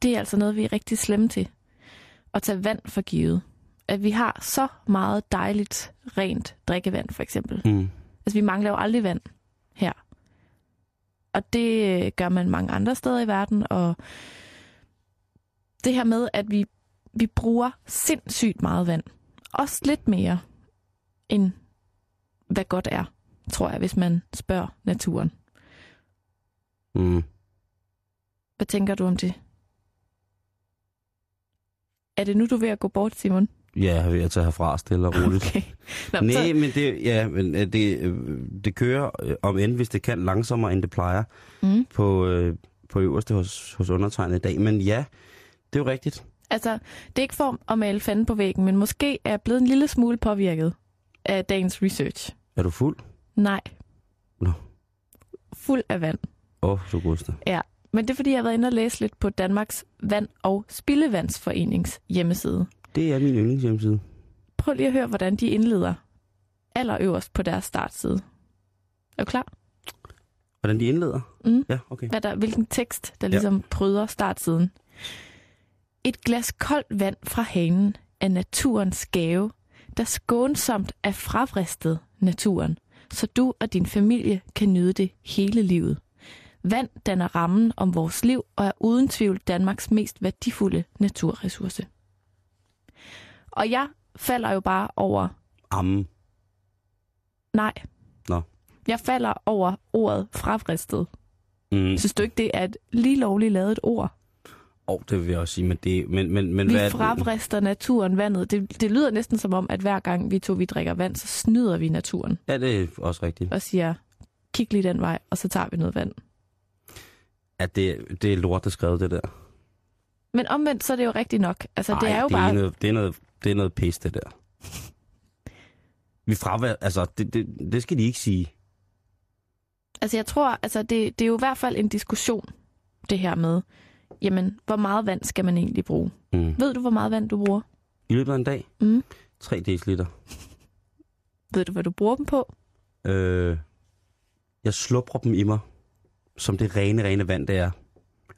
Speaker 3: det er altså noget, vi er rigtig slemme til. At tage vand for givet. At vi har så meget dejligt, rent drikkevand, for eksempel.
Speaker 4: mm.
Speaker 3: Altså, vi mangler jo aldrig vand her. Og det øh, gør man mange andre steder i verden, og det her med, at vi, vi bruger sindssygt meget vand. Også lidt mere, end hvad godt er, tror jeg, hvis man spørger naturen.
Speaker 4: Mm.
Speaker 3: Hvad tænker du om det? Er det nu, du er ved at gå bort, Simon?
Speaker 4: ja jeg er ved at tage herfra stille og
Speaker 3: [LAUGHS]
Speaker 4: roligt.
Speaker 3: Okay. [LAUGHS] Nå, men
Speaker 4: Nej,
Speaker 3: så,
Speaker 4: men det, ja, men øh, det, øh, det kører, øh, om end hvis det kan, langsommere end det plejer
Speaker 3: Mm.
Speaker 4: på, øh, på det øverste hos, hos undertegnet i dag. Men ja, det er jo rigtigt.
Speaker 3: altså, det er ikke for at male fanden på væggen, men måske er jeg blevet en lille smule påvirket af dagens research.
Speaker 4: Er du fuld?
Speaker 3: Nej.
Speaker 4: Nå.
Speaker 3: Fuld af vand.
Speaker 4: Åh, oh, Augusta.
Speaker 3: Men det er, fordi jeg har været inde og læse lidt på Danmarks Vand- og Spildevandsforenings hjemmeside.
Speaker 4: Det er min yndlingshjemmeside.
Speaker 3: Prøv lige at høre, hvordan de indleder allerøverst på deres startside. Er du klar?
Speaker 4: Hvordan de indleder?
Speaker 3: Mm.
Speaker 4: Ja, okay.
Speaker 3: hvad der, hvilken tekst, der ligesom ja. pryder startsiden. Et glas koldt vand fra hanen er naturens gave, der skånsomt er fravristet naturen, så du og din familie kan nyde det hele livet. Vand danner rammen om vores liv og er uden tvivl Danmarks mest værdifulde naturressource. Og jeg falder jo bare over
Speaker 4: Amme.
Speaker 3: nej.
Speaker 4: Nå.
Speaker 3: Jeg falder over ordet fravristet.
Speaker 4: Mm.
Speaker 3: Synes du ikke, det er et lige lovligt lavet ord?
Speaker 4: Oh, det vil jeg også sige, men det... Men, men, men
Speaker 3: Vi
Speaker 4: hvad er det-
Speaker 3: favrister naturen vandet. Det, det lyder næsten som om, at hver gang vi to vi drikker vand, så snyder vi naturen
Speaker 4: Ja, det er også rigtigt.
Speaker 3: og siger, kig lige den vej, og så tager vi noget vand.
Speaker 4: Ja, det, det er lort, der skrevet, det der.
Speaker 3: Men omvendt, så er det jo rigtigt nok. Altså, det
Speaker 4: Ej,
Speaker 3: er jo
Speaker 4: det
Speaker 3: bare...
Speaker 4: Er noget, det, er noget, det er noget pis, det der. Vi fravær... Altså, det, det, det skal de ikke sige.
Speaker 3: Altså, jeg tror, altså, det, det er jo i hvert fald en diskussion, det her med, jamen, hvor meget vand skal man egentlig bruge?
Speaker 4: Mm.
Speaker 3: Ved du, hvor meget vand du bruger?
Speaker 4: I løbet af en dag,
Speaker 3: Mm.
Speaker 4: 3 dl.
Speaker 3: Ved du, hvad du bruger dem på?
Speaker 4: Øh, jeg slupper dem i mig, som det rene, rene vand, det er.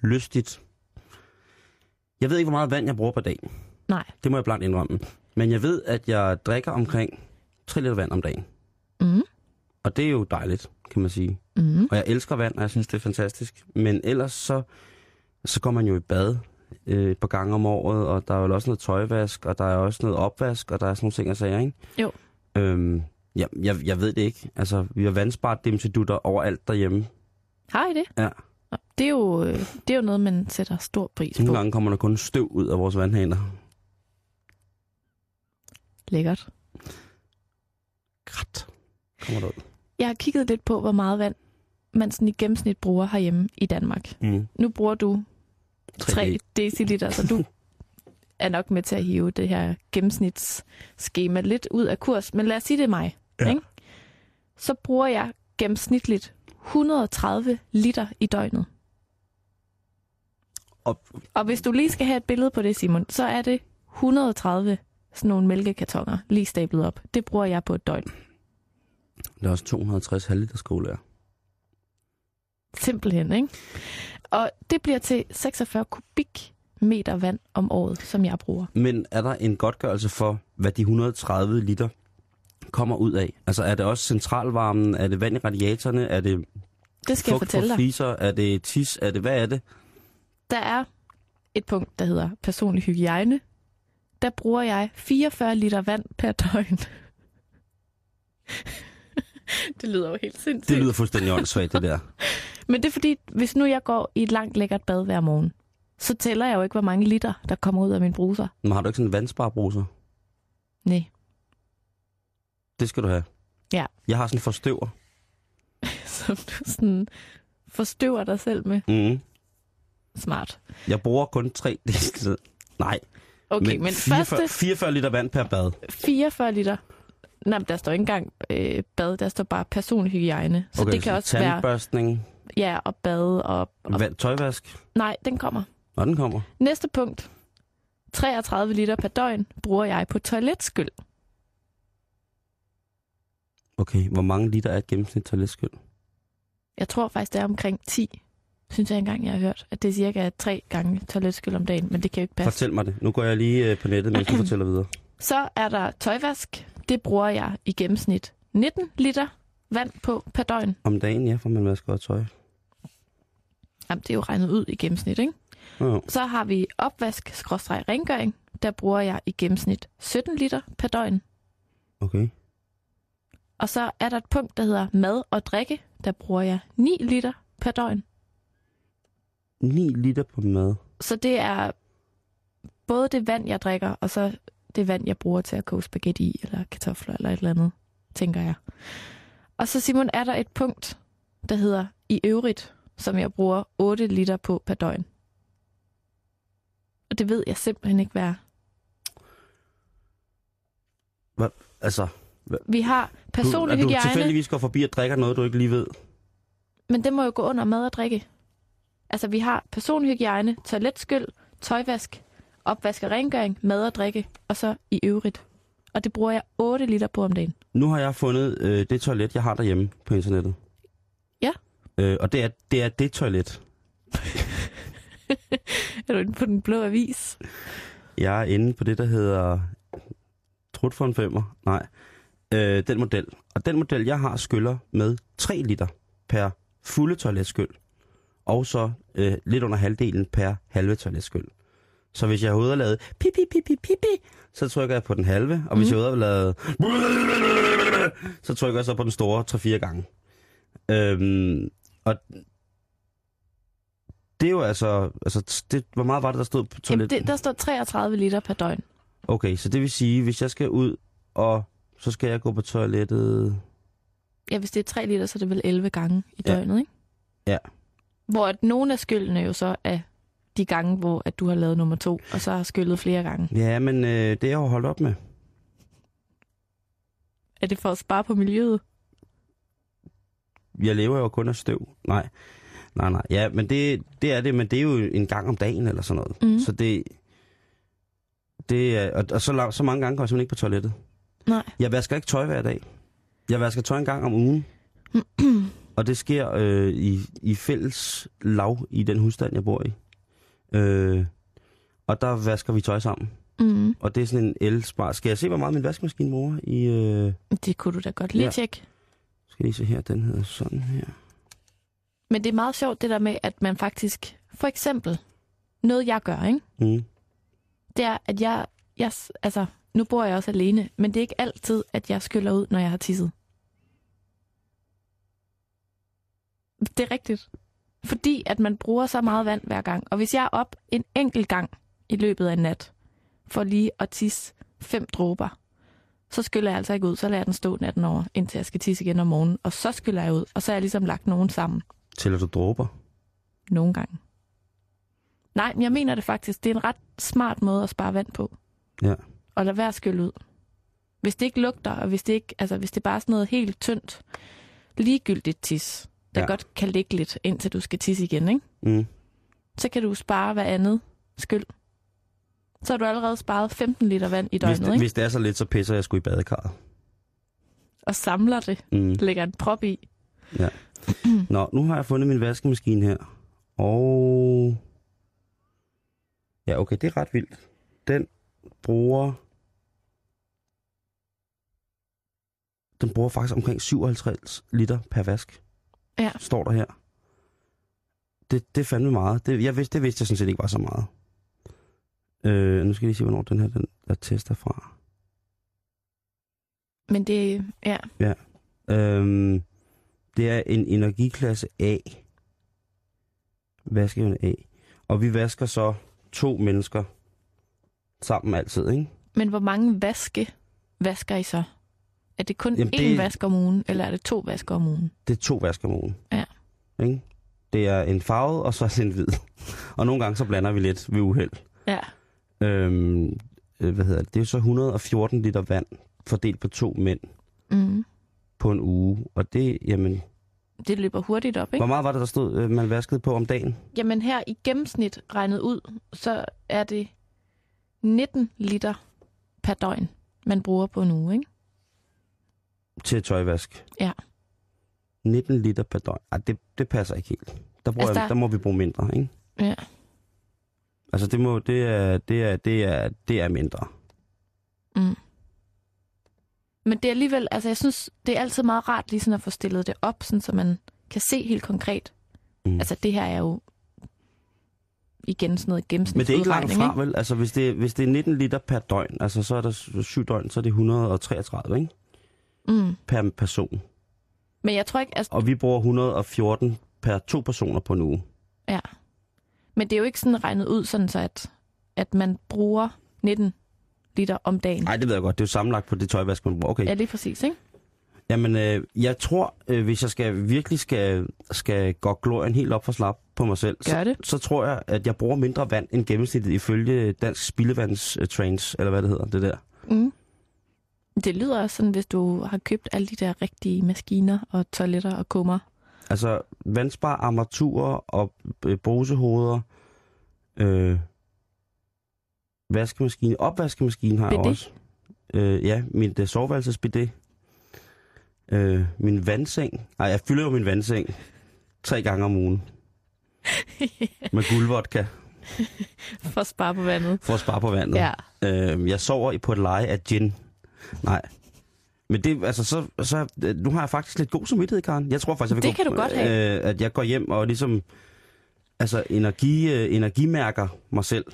Speaker 4: Lystigt. Jeg ved ikke, hvor meget vand jeg bruger per dag.
Speaker 3: Nej.
Speaker 4: Det må jeg blankt indrømme. Men jeg ved, at jeg drikker omkring 3 liter vand om dagen.
Speaker 3: Mm.
Speaker 4: Og det er jo dejligt, kan man sige.
Speaker 3: Mm.
Speaker 4: Og jeg elsker vand, og jeg synes, det er fantastisk. Men ellers så, så går man jo i bad øh, et par gange om året, og der er jo også noget tøjvask, og der er også noget opvask, og der er sådan nogle ting og sager, ikke?
Speaker 3: Jo.
Speaker 4: Øhm, ja, jeg, jeg ved det ikke. Altså, vi har vandspart dem til dutter overalt derhjemme.
Speaker 3: Har I det?
Speaker 4: Ja.
Speaker 3: Nå, Det er, jo, øh, det er jo noget, man sætter stor pris på.
Speaker 4: Nogle gange kommer der kun støv ud af vores vandhaner.
Speaker 3: Lækkert.
Speaker 4: Krat. Kommer der ud.
Speaker 3: Jeg har kigget lidt på, hvor meget vand man sådan i gennemsnit bruger herhjemme i Danmark.
Speaker 4: Mm.
Speaker 3: Nu bruger du
Speaker 4: 3
Speaker 3: 3 deciliter, så du er nok med til at hive det her gennemsnitsskema lidt ud af kurs. Men lad os sige det er mig.
Speaker 4: Ja.
Speaker 3: Ikke? Så bruger jeg gennemsnitligt 130 liter i døgnet.
Speaker 4: Og-
Speaker 3: Og hvis du lige skal have et billede på det, Simon, så er det 130 sådan nogle mælkekartoner lige stablet op. Det bruger jeg på et døgn.
Speaker 4: Der er også 260 halvliter skole
Speaker 3: Simpelthen, ikke? Og det bliver til 46 kubikmeter vand om året, som jeg bruger.
Speaker 4: Men er der en godtgørelse for, hvad de 130 liter kommer ud af? Altså er det også centralvarmen? Er det vand i radiatorerne? Er det
Speaker 3: Det skal jeg
Speaker 4: fugt
Speaker 3: fortælle
Speaker 4: fra
Speaker 3: dig.
Speaker 4: fliser? Er det tis? Er det, hvad er det?
Speaker 3: Der er et punkt, der hedder personlig hygiejne. Der bruger jeg 44 liter vand per døgn. [LAUGHS] det lyder jo helt sindssygt.
Speaker 4: Det lyder fuldstændig åndssvagt, det der.
Speaker 3: Men det er fordi, hvis nu jeg går i et langt lækkert bad hver morgen, så tæller jeg jo ikke, hvor mange liter, der kommer ud af min bruser.
Speaker 4: Men har du ikke sådan en vandsparbruser?
Speaker 3: [LAUGHS] Nej.
Speaker 4: Det skal du have.
Speaker 3: Ja.
Speaker 4: Jeg har sådan en forstøver.
Speaker 3: Som du sådan forstøver dig selv med.
Speaker 4: Mm.
Speaker 3: Smart.
Speaker 4: Jeg bruger kun [LAUGHS] 3 dl. Nej,
Speaker 3: Okay, men, men
Speaker 4: 44,
Speaker 3: første
Speaker 4: 44 liter vand per bad.
Speaker 3: 44 liter. Nej, men der står ikke engang øh, bad, der står bare personhygiejne. Så okay, det kan
Speaker 4: så
Speaker 3: også være
Speaker 4: tandbørstning,
Speaker 3: ja, og bade og, og...
Speaker 4: vand, tøjvask.
Speaker 3: Nej, den kommer.
Speaker 4: Og den kommer.
Speaker 3: Næste punkt. 33 liter per døgn bruger jeg på toiletskyld.
Speaker 4: Okay, hvor mange liter er et gennemsnit toiletskyld?
Speaker 3: Jeg tror faktisk, det er omkring 10. Synes jeg engang, jeg har hørt, at det er cirka tre gange toiletskyld om dagen, men det kan jo ikke passe.
Speaker 4: Fortæl mig det. Nu går jeg lige øh, på nettet,
Speaker 3: [CLEARS THROAT]
Speaker 4: mens du fortæller videre.
Speaker 3: Så er der tøjvask. Det bruger jeg i gennemsnit 19 liter vand på per døgn.
Speaker 4: Om dagen, ja, for man vasker og tøj.
Speaker 3: Jamen, det er jo regnet ud i gennemsnit, ikke?
Speaker 4: Jo, jo.
Speaker 3: Så har vi opvask-rengøring. Der bruger jeg i gennemsnit 17 liter per døgn.
Speaker 4: okay.
Speaker 3: Og så er der et punkt, der hedder mad og drikke. Der bruger jeg 9 liter per døgn.
Speaker 4: 9 liter på mad.
Speaker 3: Så det er både det vand, jeg drikker, og så det vand, jeg bruger til at koge spaghetti i, eller kartofler, eller et eller andet, tænker jeg. Og så, Simon, er der et punkt, der hedder i øvrigt, som jeg bruger 8 liter på per døgn. Og det ved jeg simpelthen ikke, hvad er.
Speaker 4: Altså,
Speaker 3: Vi har
Speaker 4: du, at
Speaker 3: personlig
Speaker 4: du
Speaker 3: hygiejne.
Speaker 4: tilfældigvis går forbi og drikker noget, du ikke lige ved.
Speaker 3: Men det må jo gå under mad og drikke. Altså, vi har personhygiejne, toiletskyld, tøjvask, opvask og rengøring, mad og drikke, og så i øvrigt. Og det bruger jeg 8 liter på om dagen.
Speaker 4: Nu har jeg fundet øh, det toilet, jeg har derhjemme på internettet.
Speaker 3: Ja.
Speaker 4: Øh, og det er, det er det toilet.
Speaker 3: Er du inde på den blå avis?
Speaker 4: Jeg er inde på det, der hedder... Trut for en femmer? Nej. Øh, den model. Og den model, jeg har, skyller med 3 liter per fulde toiletskyld. Og så øh, lidt under halvdelen per halve toiletskyld. Så hvis jeg har ude og lavet pip, pip, pip, pip, pip, pip, så trykker jeg på den halve. Og
Speaker 3: Mhm.
Speaker 4: hvis mm. jeg er ude og lavet... Så trykker jeg så på den store 3-4 gange. Øhm, og det er jo altså... altså det, hvor meget var det, der stod på
Speaker 3: Jamen,
Speaker 4: toilettet?
Speaker 3: det, der står 33 liter per døgn.
Speaker 4: Okay, så det vil sige, hvis jeg skal ud, og så skal jeg gå på toilettet...
Speaker 3: Ja, hvis det er 3 liter, så er det vel 11 gange i
Speaker 4: Ja.
Speaker 3: døgnet, ikke?
Speaker 4: Ja.
Speaker 3: Hvor at nogle af skyldene jo så er de gange, hvor at du har lavet nummer to, og så har skyllet flere gange.
Speaker 4: Ja, men øh, det er jeg jo holdt op med.
Speaker 3: Er det for at spare på miljøet?
Speaker 4: Jeg lever jo kun af støv. Nej, nej, nej. Ja, men det, det er det, men det er jo en gang om dagen eller sådan noget.
Speaker 3: Mhm.
Speaker 4: Så det... det er, og, og så, lang, så mange gange går jeg simpelthen ikke på toilettet.
Speaker 3: Nej.
Speaker 4: Jeg vasker ikke tøj hver dag. Jeg vasker tøj en gang om
Speaker 3: [CLEARS THROAT]
Speaker 4: ugen. og det sker øh, i, i fælles lav i den husstand, jeg bor i. Øh, og der vasker vi tøj sammen.
Speaker 3: Mm.
Speaker 4: Og det er sådan en elspar. Skal jeg se, hvor meget min vaskemaskine bruger i... Øh...
Speaker 3: Det kunne du da godt lige
Speaker 4: Ja.
Speaker 3: ja. tjekke.
Speaker 4: Skal lige se her, den hedder sådan her.
Speaker 3: Men det er meget sjovt det der med, at man faktisk... For eksempel, noget jeg gør, ikke?
Speaker 4: Mm.
Speaker 3: det er, at jeg, jeg... Altså, nu bor jeg også alene, men det er ikke altid, at jeg skyller ud, når jeg har tisset. Det er rigtigt. Fordi at man bruger så meget vand hver gang. Og hvis jeg er op en enkelt gang i løbet af en nat, for lige at tisse fem dråber, så skyller jeg altså ikke ud. Så lader jeg den stå natten over, indtil jeg skal tisse igen om morgenen. Og så skyller jeg ud, og så har jeg ligesom lagt nogen sammen
Speaker 4: Tæller du dråber?
Speaker 3: nogle gange. Nej, men jeg mener det faktisk. Det er en ret smart måde at spare vand på.
Speaker 4: Ja.
Speaker 3: Og lade være at skylle ud. Hvis det ikke lugter, og hvis det, ikke, altså, hvis det bare er sådan noget helt tyndt, ligegyldigt tis, der
Speaker 4: Ja.
Speaker 3: ja. godt kan ligge lidt, indtil du skal tisse igen, ikke?
Speaker 4: Mm.
Speaker 3: så kan du spare hver andet skyld. Så har du allerede sparet 15 liter vand i
Speaker 4: Hvis,
Speaker 3: døgnet,
Speaker 4: det,
Speaker 3: ikke?
Speaker 4: hvis det er så lidt, så pisser jeg sgu i badekarret.
Speaker 3: og samler det,
Speaker 4: Mm.
Speaker 3: lægger en prop i.
Speaker 4: Nå, nu har jeg fundet min vaskemaskine her. Og... Ja, okay, det er ret vildt. Den bruger... Den bruger faktisk omkring 57 liter per vask.
Speaker 3: Ja.
Speaker 4: Står der her. Det, det er fandme meget. Det, jeg vidste, det vidste jeg sådan set ikke var så meget. Øh, nu skal jeg lige se, hvornår den her den, der tester fra.
Speaker 3: Men det, ja,
Speaker 4: Øhm, det er en energiklasse A. Vaskeevne A. Og vi vasker så to mennesker sammen altid, ikke?
Speaker 3: Men hvor mange vaske vasker I så? Er det kun
Speaker 4: Jamen,
Speaker 3: Jamen,
Speaker 4: det-
Speaker 3: én vask om ugen, eller er det to vasker om ugen?
Speaker 4: Det er to vasker om ugen.
Speaker 3: Ja.
Speaker 4: Ikke? Det er en farvet, og så er det en hvid. og nogle gange så blander vi lidt ved uheld.
Speaker 3: Ja.
Speaker 4: Øhm, øh, hvad hedder det? Det er jo så 114 liter vand fordelt på to mænd
Speaker 3: Mm.
Speaker 4: på en uge. Og det, jamen...
Speaker 3: Det løber hurtigt op,
Speaker 4: Hvor
Speaker 3: ikke?
Speaker 4: meget var det, der stod, øh, man vaskede på om dagen?
Speaker 3: Jamen her i gennemsnit regnet ud, så er det 19 liter per døgn, man bruger på en uge, ikke?
Speaker 4: til tøjvask.
Speaker 3: Ja.
Speaker 4: 19 liter per døgn. Ej, det, det passer ikke helt. Der, bruger, altså,
Speaker 3: Altså,
Speaker 4: der...
Speaker 3: der-
Speaker 4: der må vi bruge mindre, ikke?
Speaker 3: Ja.
Speaker 4: Altså, det, må, det, er, det, er, det, er, det er mindre.
Speaker 3: Mm. Men det er alligevel, altså jeg synes, det er altid meget rart lige sådan at få stillet det op, sådan, så man kan se helt konkret.
Speaker 4: Mm.
Speaker 3: Altså det her er jo igen sådan noget gennemsnit.
Speaker 4: Men det er ikke langt fra, vel? Altså, hvis det, hvis det er 19 liter per døgn, altså, så er der s- syv døgn, så er det 133, ikke?
Speaker 3: Mm.
Speaker 4: Per person.
Speaker 3: Men jeg tror ikke, altså,
Speaker 4: Og vi bruger 114 per to personer på en uge.
Speaker 3: Ja. Men det er jo ikke sådan regnet ud, sådan så at, at man bruger 19 liter om dagen.
Speaker 4: Nej, det ved jeg godt. Det er jo sammenlagt på det tøjvask, man bruger. Okay.
Speaker 3: Ja, lige præcis, ikke?
Speaker 4: Jamen, øh, jeg tror, øh, hvis jeg skal virkelig skal, skal gå glorien helt op for slap på mig selv,
Speaker 3: Gør
Speaker 4: så,
Speaker 3: det.
Speaker 4: så tror jeg, at jeg bruger mindre vand end gennemsnittet ifølge Dansk Spildevands øh, Trains, eller hvad det hedder, det der.
Speaker 3: Mm. Det lyder også sådan, hvis du har købt alle de der rigtige maskiner og toiletter og kummer.
Speaker 4: Altså vandspar, armaturer og øh, bosehoveder. Øh, vaskemaskine. Opvaskemaskine har
Speaker 3: Bidet?
Speaker 4: jeg også. Øh, ja, min uh, soveværelsesbidet. Øh, min vandseng. Nej, jeg fylder jo min vandseng tre gange om ugen med guldvodka
Speaker 3: for at spare på vandet.
Speaker 4: for at spare på vandet.
Speaker 3: Ja.
Speaker 4: Øh, jeg sover i- på et leje af gin. Nej. Men det, altså, så, så, øh, nu har jeg faktisk lidt god samvittighed, Karen. Jeg tror faktisk, jeg vil
Speaker 3: Det kan du godt have.
Speaker 4: Øh, at jeg går hjem og ligesom altså, energi, øh, energimærker mig selv.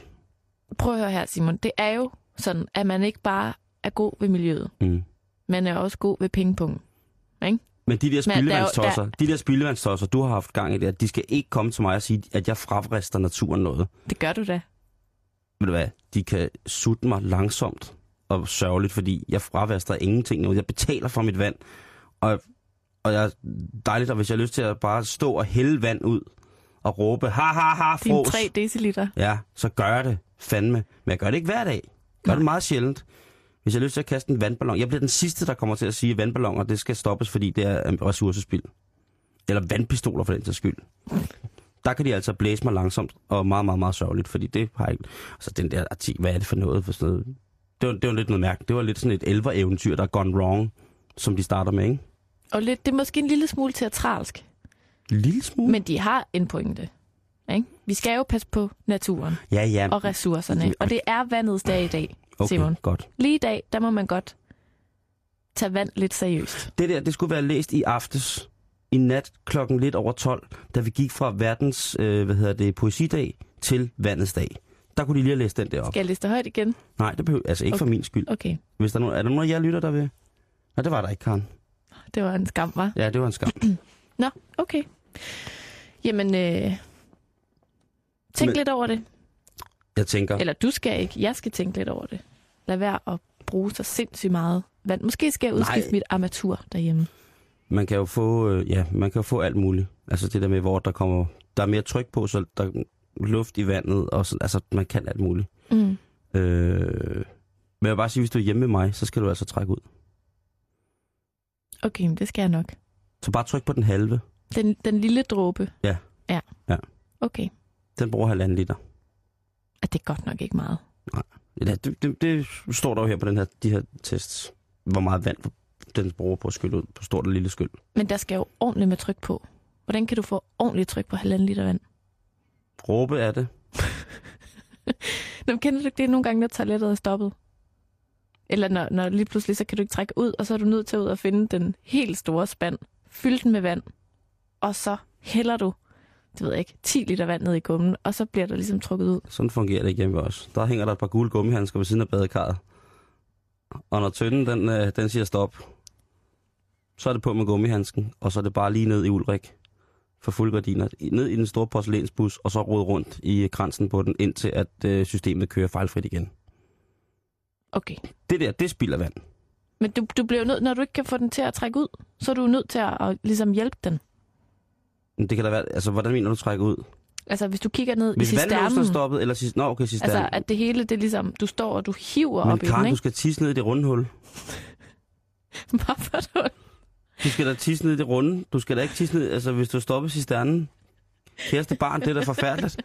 Speaker 3: Prøv at høre her, Simon. Det er jo sådan, at man ikke bare er god ved miljøet,
Speaker 4: Mm.
Speaker 3: man er også god ved pengepungen. Ikke?
Speaker 4: Men
Speaker 3: der
Speaker 4: de der
Speaker 3: er jo-
Speaker 4: spildevandstosser, de der spildevandstosser, du har haft gang i der, de skal ikke komme til mig og sige, at jeg frafrister naturen noget.
Speaker 3: Det gør du da.
Speaker 4: Ved du hvad, de kan sutte mig langsomt og sørgeligt, fordi jeg fravaster ingenting noget. Jeg betaler for mit vand, og, og jeg, dejligt, og hvis jeg har lyst til at bare stå og hælde vand ud og råbe, ha ha ha,
Speaker 3: Dine
Speaker 4: fros.
Speaker 3: 3 deciliter.
Speaker 4: Ja, så gør jeg det. Fandme. Men jeg gør det ikke hver dag. Jeg gør det meget sjældent. Hvis jeg har lyst til at kaste en vandballon. Jeg bliver den sidste, der kommer til at sige, at vandballoner det skal stoppes, fordi det er øhm, ressourcespild. Eller vandpistoler for den sags skyld. Der kan de altså blæse mig langsomt og meget, meget, meget sørgeligt, fordi det har jeg ikke... Altså den der artikel, hvad er det for noget? For sådan noget? Det, var, det var lidt noget mærkeligt. Det var lidt sådan et elver-eventyr, der er gone wrong, som de starter med, ikke?
Speaker 3: Og lidt, det er måske en lille smule teatralsk,
Speaker 4: En lille smule.
Speaker 3: men de har en pointe. Ikke? Vi skal jo passe på naturen
Speaker 4: ja, ja.
Speaker 3: og ressourcerne, og det er vandets dag i dag,
Speaker 4: Okay,
Speaker 3: Simon.
Speaker 4: godt.
Speaker 3: Lige i dag, der må man godt tage vand lidt seriøst.
Speaker 4: Det der, det skulle være læst i aftes, i nat klokken lidt over 12, da vi gik fra verdens, øh, hvad hedder det, poesidag til vandets dag. Der kunne de lige have læst den der op.
Speaker 3: Skal jeg liste højt igen?
Speaker 4: Nej, det behøver, altså ikke okay. for
Speaker 3: Okay.
Speaker 4: min skyld.
Speaker 3: Okay,
Speaker 4: Hvis der er, nogen, er der nogen af jer lytter, der vil? Nej, det var der ikke, Karen.
Speaker 3: det var en skam, var.
Speaker 4: Ja, det var en skam.
Speaker 3: Nå, okay. Jamen, øh, tænk
Speaker 4: Men-
Speaker 3: lidt over det.
Speaker 4: Jeg tænker,
Speaker 3: Eller du skal ikke. Jeg skal tænke lidt over det. Lad være at bruge så sindssygt meget vand. Måske skal jeg udskifte
Speaker 4: Nej.
Speaker 3: mit armatur derhjemme.
Speaker 4: man kan jo få, øh, ja, man kan jo få alt muligt. Altså det der med, hvor der kommer, der er mere tryk på, så der er luft i vandet, og så, altså man kan alt muligt.
Speaker 3: Mm.
Speaker 4: Øh, men jeg vil bare sige, hvis du er hjemme med mig, så skal du altså trække ud.
Speaker 3: Okay, men det skal jeg nok.
Speaker 4: Så bare tryk på den halve.
Speaker 3: Den, den lille dråbe?
Speaker 4: Ja.
Speaker 3: Ja.
Speaker 4: Ja.
Speaker 3: Okay.
Speaker 4: Den bruger halvanden liter.
Speaker 3: Og det er godt nok ikke meget.
Speaker 4: Ja, det, det, det står der jo her på den her, de her tests, hvor meget vand den bruger på at skylle ud, på stort og lille skyld.
Speaker 3: Men der skal jo ordentligt med tryk på. Hvordan kan du få ordentligt tryk på halvanden liter vand?
Speaker 4: Råbe er det.
Speaker 3: Nå, men kender du ikke det nogle gange, når toilettet er stoppet? Eller når, når lige pludselig, så kan du ikke trække ud, og så er du nødt til at ud og finde den helt store spand, fylde den med vand, og så hælder du, det ved jeg ikke, 10 liter vand ned i kummen, og så bliver der ligesom trukket ud.
Speaker 4: Sådan fungerer det ikke hjemme også. Der hænger der et par gule gummihandsker ved siden af badekarret. Og når tønden, den, øh, den siger stop, så er det på med gummihandsken, og så er det bare lige ned i Ulrik for fulde gardiner, i- ned i den store porcelænsbus, og så rode rundt i kransen på den, indtil at øh, systemet kører fejlfrit igen.
Speaker 3: Okay.
Speaker 4: Det der, det spilder vand.
Speaker 3: Men du, du bliver jo nødt, når du ikke kan få den til at trække ud, så er du jo nødt til at, at ligesom hjælpe den.
Speaker 4: Men det kan da være, altså hvordan mener du trækker ud?
Speaker 3: Altså, hvis du kigger ned i
Speaker 4: Hvis vandlåsen er
Speaker 3: cisternen,
Speaker 4: stoppet, eller sidst... Nå, okay, cisternen.
Speaker 3: altså, at det hele, det er ligesom, du står og du hiver
Speaker 4: Men
Speaker 3: op i
Speaker 4: Karen,
Speaker 3: den,
Speaker 4: du
Speaker 3: ikke?
Speaker 4: skal tisse ned i det runde hul.
Speaker 3: [LAUGHS] Hvorfor du...
Speaker 4: Du skal da tisse ned i det runde. Du skal da ikke tisse ned... Altså, hvis du stopper cisternen. Kæreste barn, det er da forfærdeligt.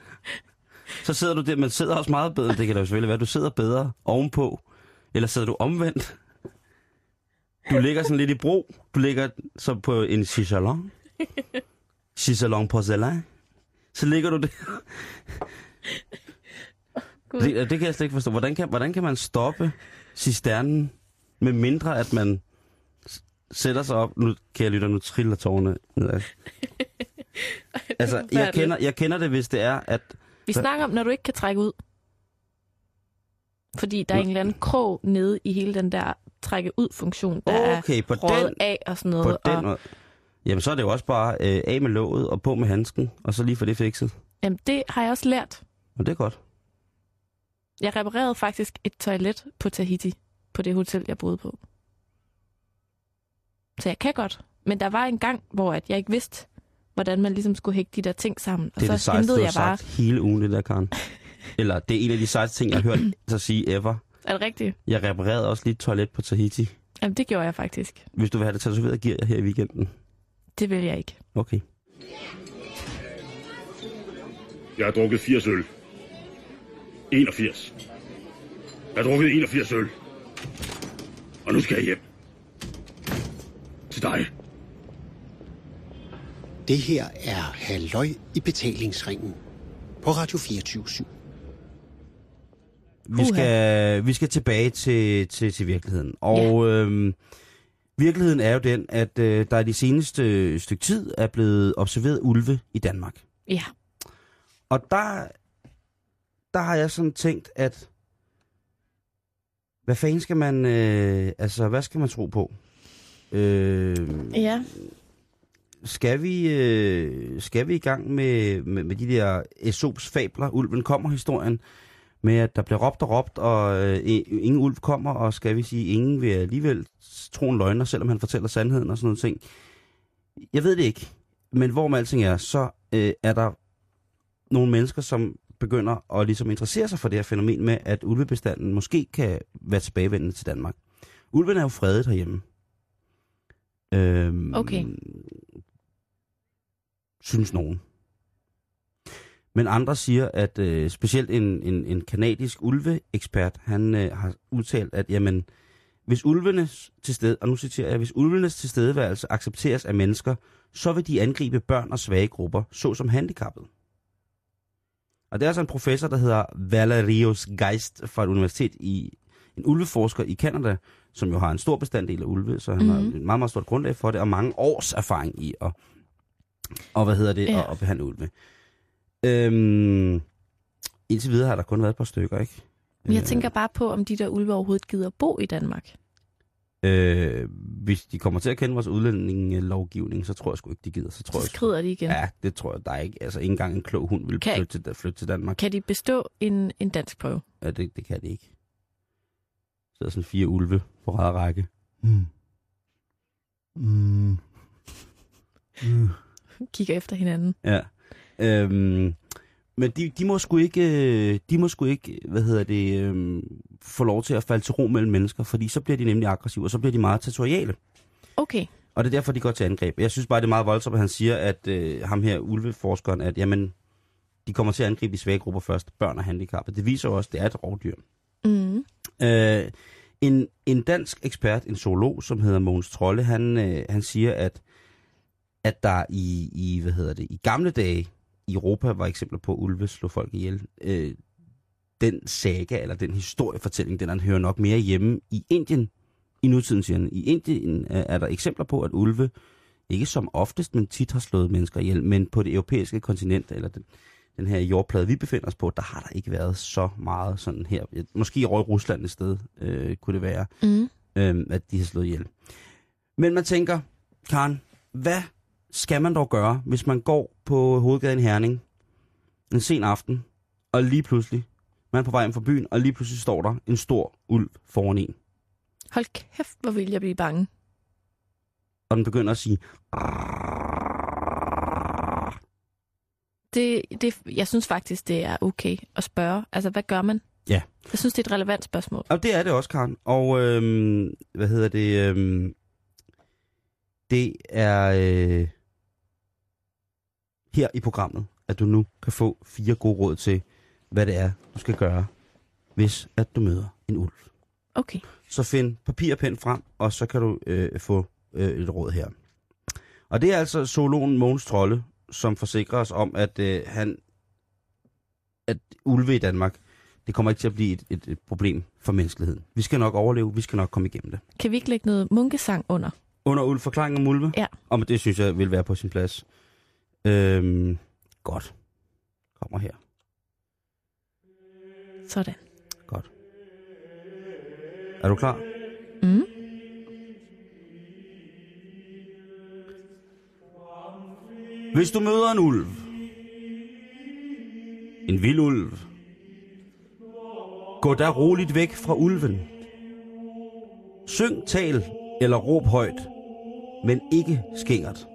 Speaker 4: Så sidder du der, men sidder også meget bedre. Det kan da jo selvfølgelig være, du sidder bedre ovenpå. Eller sidder du omvendt. Du ligger sådan lidt i bro. Du ligger så på en chichalon. Chichalon porcelain. Så ligger du der.
Speaker 3: Gud.
Speaker 4: Det, det kan jeg slet ikke forstå. Hvordan kan, hvordan kan man stoppe cisternen, med mindre at man s- sætter sig op? Nu, kære lytter, nu triller tårerne
Speaker 3: [LAUGHS]
Speaker 4: nedad. Altså, jeg
Speaker 3: forfærdeligt.
Speaker 4: kender, jeg kender det, hvis det er, at...
Speaker 3: Vi
Speaker 4: Hvad?
Speaker 3: snakker om, når du ikke kan trække ud. Fordi der er en eller anden krog nede i hele den der trække ud-funktion, der
Speaker 4: Okay, på
Speaker 3: er røget
Speaker 4: den,
Speaker 3: af og sådan noget.
Speaker 4: på den
Speaker 3: og,
Speaker 4: måde. Jamen, så er det jo også bare øh, af med låget og på med handsken, og så lige få det fikset.
Speaker 3: jamen, det har jeg også lært.
Speaker 4: Og det er godt.
Speaker 3: Jeg reparerede faktisk et toilet på Tahiti, på det hotel, jeg boede på. Så jeg kan godt. Men der var en gang, hvor at jeg ikke vidste, hvordan man ligesom skulle hægte de der ting sammen. Og
Speaker 4: Det er det
Speaker 3: så
Speaker 4: sejeste,
Speaker 3: hentede
Speaker 4: du
Speaker 3: jeg
Speaker 4: har
Speaker 3: bare...
Speaker 4: sagt hele ugen, det der,
Speaker 3: [LAUGHS]
Speaker 4: Karen. Eller, det er en af de sejste ting, jeg har hørt dig sige ever.
Speaker 3: Er det rigtigt?
Speaker 4: Jeg reparerede også lige et toilet på Tahiti.
Speaker 3: Jamen, det gjorde jeg faktisk.
Speaker 4: Hvis du vil have det tatoveret, giver jeg her i weekenden.
Speaker 3: Det vil jeg ikke.
Speaker 4: Okay.
Speaker 8: Jeg har drukket 80 øl. 81. Jeg har drukket 81 øl. Og nu skal jeg hjem. Til dig.
Speaker 6: Det her er Halløj i betalingsringen på Radio 24
Speaker 4: Vi skal, vi skal tilbage til, til, til virkeligheden. Og øhm, virkeligheden er jo den, at øh, der i de seneste stykke tid er blevet observeret ulve i Danmark.
Speaker 3: Ja.
Speaker 4: Og der, der har jeg sådan tænkt, at hvad fanden skal man, øh, altså hvad skal man tro på? Øh,
Speaker 3: Ja.
Speaker 4: skal, vi, øh, skal vi i gang med, med, med de der Esops fabler, ulven kommer historien, med at der bliver råbt og råbt, og øh, i- ingen ulv kommer, og skal vi sige, ingen vil alligevel tro en løgner, selvom han fortæller sandheden og sådan noget ting. Jeg ved det ikke, men hvor med alting er, så øh, er der nogle mennesker, som begynder at ligesom interessere sig for det her fænomen med, at ulvebestanden måske kan være tilbagevendende til Danmark. Ulven er jo fredet herhjemme. Øhm,
Speaker 3: Okay.
Speaker 4: Synes nogen. Men andre siger, at øh, specielt en, en, en kanadisk ulveekspert, han øh, har udtalt, at jamen, hvis ulvenes tilstede, og nu citerer jeg, hvis ulvenes tilstedeværelse accepteres af mennesker, så vil de angribe børn og svage grupper, såsom handicappede. Og det er altså en professor, der hedder Valerius Geist fra et universitet i en ulveforsker i Kanada, som jo har en stor bestanddel af ulve, så han mm-hmm. har
Speaker 3: Mhm.
Speaker 4: et meget, meget stort grundlag for det, og mange års erfaring i at, og hvad hedder det,
Speaker 3: Ja.
Speaker 4: ja. at, at behandle ulve. Øhm, indtil videre har der kun været et par stykker, ikke?
Speaker 3: Men jeg tænker bare på, om de der ulve overhovedet gider bo i Danmark.
Speaker 4: Øh, hvis de kommer til at kende vores udlændingelovgivning, så tror jeg sgu ikke, de gider. Så, tror
Speaker 3: Så
Speaker 4: jeg sgu-
Speaker 3: skrider de igen.
Speaker 4: Ja, det tror jeg, der er ikke. Altså, ikke engang en klog hund vil
Speaker 3: Kan-
Speaker 4: flytte til, flytte til Danmark.
Speaker 3: Kan de bestå en, en dansk prøve?
Speaker 4: Ja, det, det kan det ikke. Så er sådan fire ulve på rad og række. Mm. Mm.
Speaker 3: Kigger efter hinanden.
Speaker 4: Ja. Øhm, men de, de må sgu ikke, øh, de må sgu ikke, hvad hedder det, øhm, få lov til at falde til ro mellem mennesker, fordi så bliver de nemlig aggressive, og så bliver de meget territoriale.
Speaker 3: Okay.
Speaker 4: Og det er derfor, de går til angreb. Jeg synes bare, det er meget voldsomt, at han siger, at øh, ham her, ulveforskeren, at jamen, de kommer til at angribe de svage grupper først, børn og handicappede. Det viser jo også, at det er et rovdyr.
Speaker 3: Mm.
Speaker 4: Øh, en, en dansk ekspert, en zoolog, som hedder Mogens Trolle, han, øh, han siger, at, at der i, i, hvad hedder det, i gamle dage i Europa var eksempler på, at ulve slog folk ihjel. Øh, den saga, eller den historiefortælling, den han hører nok mere hjemme i Indien, i nutiden siger han. I Indien øh, er der eksempler på, at ulve ikke som oftest, men tit har slået mennesker ihjel, men på det europæiske kontinent, eller den, den her jordplade, vi befinder os på, der har der ikke været så meget sådan her. Måske over i Rusland et sted øh, kunne det være,
Speaker 3: Mm.
Speaker 4: øh, at de har slået ihjel. Men man tænker, Karen, hvad skal man dog gøre, hvis man går på hovedgaden i Herning en sen aften, og lige pludselig, man er på vej hjem fra byen, og lige pludselig står der en stor ulv foran en,
Speaker 3: Hold kæft, hvor vil jeg blive bange.
Speaker 4: og den begynder at sige,
Speaker 3: Det, det, jeg synes faktisk, det er okay at spørge. Altså, hvad gør man?
Speaker 4: Ja.
Speaker 3: Jeg synes, det er et relevant spørgsmål.
Speaker 4: Og det er det også, Karen. Og øhm, hvad hedder det? Øhm, det er øh, her i programmet, at du nu kan få fire gode råd til, hvad det er, du skal gøre, hvis at du møder en ulv.
Speaker 3: Okay.
Speaker 4: Så find papir og pen frem, og så kan du øh, få øh, et råd her. Og det er altså zoologen Mogens Trolle, som forsikrer os om, at øh, han at ulve i Danmark, det kommer ikke til at blive et, et, et problem for menneskeligheden. Vi skal nok overleve, vi skal nok komme igennem det.
Speaker 3: Kan vi ikke lægge noget munkesang under?
Speaker 4: Under ulv, forklaring om ulve?
Speaker 3: Ja.
Speaker 4: Om det synes jeg vil være på sin plads. Øhm, godt. Kommer her.
Speaker 3: Sådan.
Speaker 4: Godt. Er du klar?
Speaker 3: Mm.
Speaker 4: Hvis du møder en ulv, en vild ulv, gå da roligt væk fra ulven. Syng, tal eller råb højt, men ikke skingert.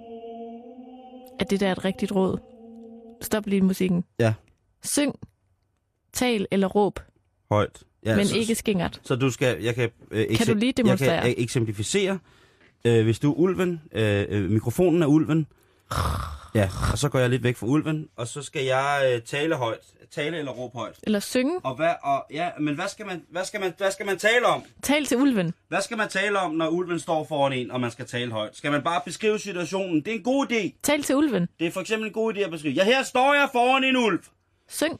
Speaker 3: Er det der et rigtigt råd? Stop lige musikken.
Speaker 4: Ja.
Speaker 3: Syng, tal eller råb,
Speaker 4: Højt. Ja,
Speaker 3: ja, men ikke skingert.
Speaker 4: Så du skal, jeg kan, øh, eksem-
Speaker 3: du lige
Speaker 4: jeg kan
Speaker 3: demonstrere?
Speaker 4: øh, eksemplificere. Øh, hvis du er ulven, øh, øh, mikrofonen er ulven, Ja, og så går jeg lidt væk fra ulven, og så skal jeg øh, tale højt. Tale eller råbe højt.
Speaker 3: Eller synge.
Speaker 4: Og hvad, og, ja, men hvad skal, man, hvad, skal man, hvad skal man tale om?
Speaker 3: Tal til ulven.
Speaker 4: Hvad skal man tale om, når ulven står foran en, og man skal tale højt? Skal man bare beskrive situationen? Det er en god idé.
Speaker 3: Tal til ulven.
Speaker 4: Det er for eksempel en god idé at beskrive. Ja, her står jeg foran en ulv.
Speaker 3: Syng.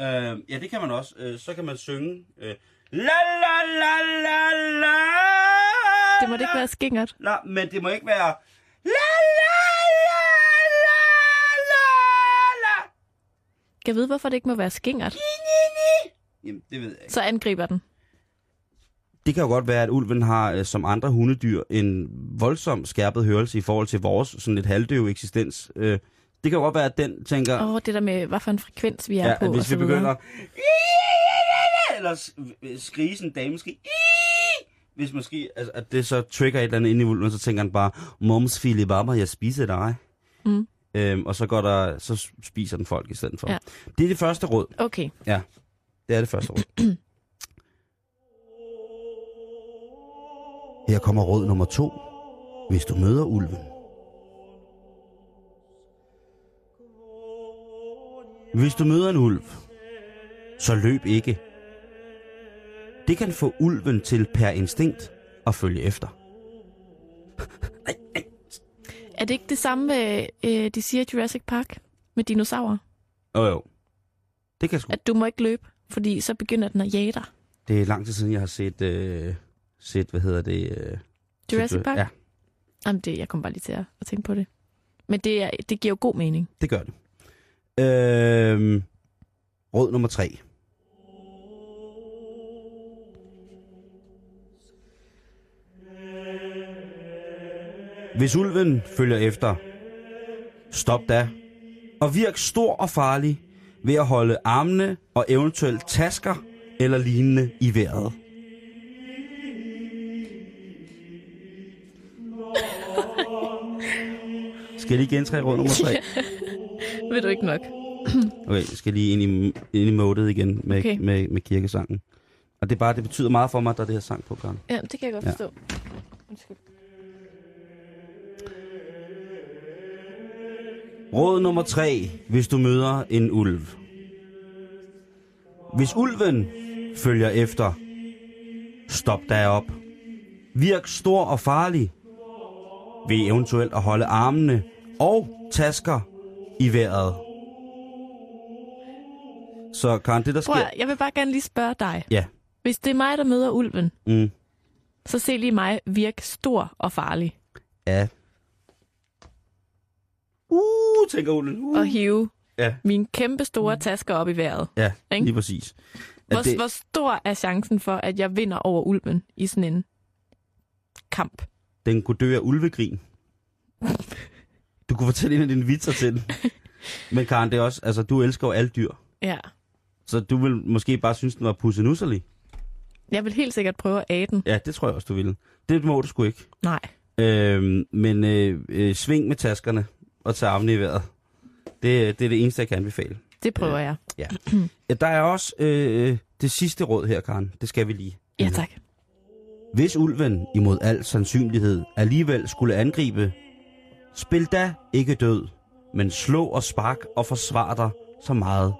Speaker 4: Øh, ja, det kan man også. Øh, så kan man synge. Øh, la la la la la.
Speaker 3: Det må det ikke være skingert.
Speaker 4: Nej, men det må ikke være... La la la la la la.
Speaker 3: Kan jeg vide, hvorfor det ikke må være skingert?
Speaker 4: Jamen, det ved jeg ikke.
Speaker 3: Så angriber den.
Speaker 4: Det kan jo godt være, at ulven har, øh, som andre hundedyr, en voldsom skærpet hørelse i forhold til vores sådan lidt halvdøve eksistens. Øh, det kan jo godt være, at den tænker,
Speaker 3: Åh, oh, det der med, hvad for en frekvens vi er
Speaker 4: ja,
Speaker 3: på.
Speaker 4: at
Speaker 3: og
Speaker 4: hvis
Speaker 3: så
Speaker 4: vi
Speaker 3: videre.
Speaker 4: begynder eller s- øh, skrige sådan en dame, måske, hvis måske, altså, at det så trigger et eller andet ind i ulven, så tænker han bare, moms fili baba, jeg spiser dig.
Speaker 3: Mm.
Speaker 4: Øhm, og så går der, så spiser den folk i stedet for.
Speaker 3: Ja.
Speaker 4: Ja. Det er det første råd.
Speaker 3: Okay.
Speaker 4: Det er det første råd. Her kommer råd nummer to. Hvis du møder ulven. Hvis du møder en ulv, så løb ikke. Det kan få ulven til per instinkt at følge efter.
Speaker 3: Er det ikke det samme, med, øh, de siger i Jurassic Park med dinosaurer?
Speaker 4: Jo jo. Det kan sgu.
Speaker 3: At du må ikke løbe, fordi så begynder den at jage dig.
Speaker 4: Det er lang tid siden, jeg har set, øh, set hvad hedder det? Øh,
Speaker 3: Jurassic
Speaker 4: set,
Speaker 3: Park?
Speaker 4: Ja,
Speaker 3: Jamen, det, jeg kom bare lige til at, at tænke på det. Men det, er, det giver jo god mening.
Speaker 4: Det gør det. Øhm, råd nummer tre. Hvis ulven følger efter, stop da. Og virk stor og farlig ved at holde armene og eventuelt tasker eller lignende i vejret. Skal jeg lige gentage råd nummer tre?
Speaker 3: Ved du ikke nok?
Speaker 4: Okay, jeg skal lige ind i, ind i modet igen med,
Speaker 3: Okay.
Speaker 4: okay. med, med kirkesangen. Og det er bare, det betyder meget for mig, at der er det her sang på, Karen.
Speaker 3: Ja, det kan jeg godt
Speaker 4: Ja.
Speaker 3: forstå. Undskyld.
Speaker 4: Råd nummer tre, hvis du møder en ulv. Hvis ulven følger efter, stop dig op. Virk stor og farlig ved eventuelt at holde armene og tasker i vejret. Så Karen, det der sker...
Speaker 3: Prøv, at- jeg vil bare gerne lige spørge dig.
Speaker 4: Ja.
Speaker 3: Hvis det er mig, der møder ulven,
Speaker 4: Mm,
Speaker 3: så se lige mig virke stor og farlig.
Speaker 4: ja. Uh, tænker ulven. Uh.
Speaker 3: Og hive
Speaker 4: Ja.
Speaker 3: mine kæmpe store tasker op i vejret.
Speaker 4: Ja,
Speaker 3: Ikke?
Speaker 4: lige præcis. At
Speaker 3: Hvor, det... hvor stor er chancen for, at jeg vinder over ulven i sådan en kamp?
Speaker 4: Den kunne dø af ulvegrin. Du kunne fortælle en af dine vitser
Speaker 3: [LAUGHS]
Speaker 4: til den. Men Karen, det er også, altså, du elsker jo alle dyr.
Speaker 3: Ja.
Speaker 4: Så du vil måske bare synes, den var pussenusserlig.
Speaker 3: Jeg vil helt sikkert prøve at æde den.
Speaker 4: Ja, det tror jeg også, du ville. Det må du sgu ikke.
Speaker 3: Nej.
Speaker 4: Øhm, men øh, øh, sving med taskerne og tag armene i vejret. Det, det er det eneste, jeg kan anbefale.
Speaker 3: Det prøver jeg. [CLEARS THROAT]
Speaker 4: Ja. Ja, Der er også øh, det sidste råd her, Karen. Det skal vi lige.
Speaker 3: Ja, tak.
Speaker 4: Hvis ulven imod al sandsynlighed alligevel skulle angribe, spil da ikke død, men slå og spark og forsvar dig så meget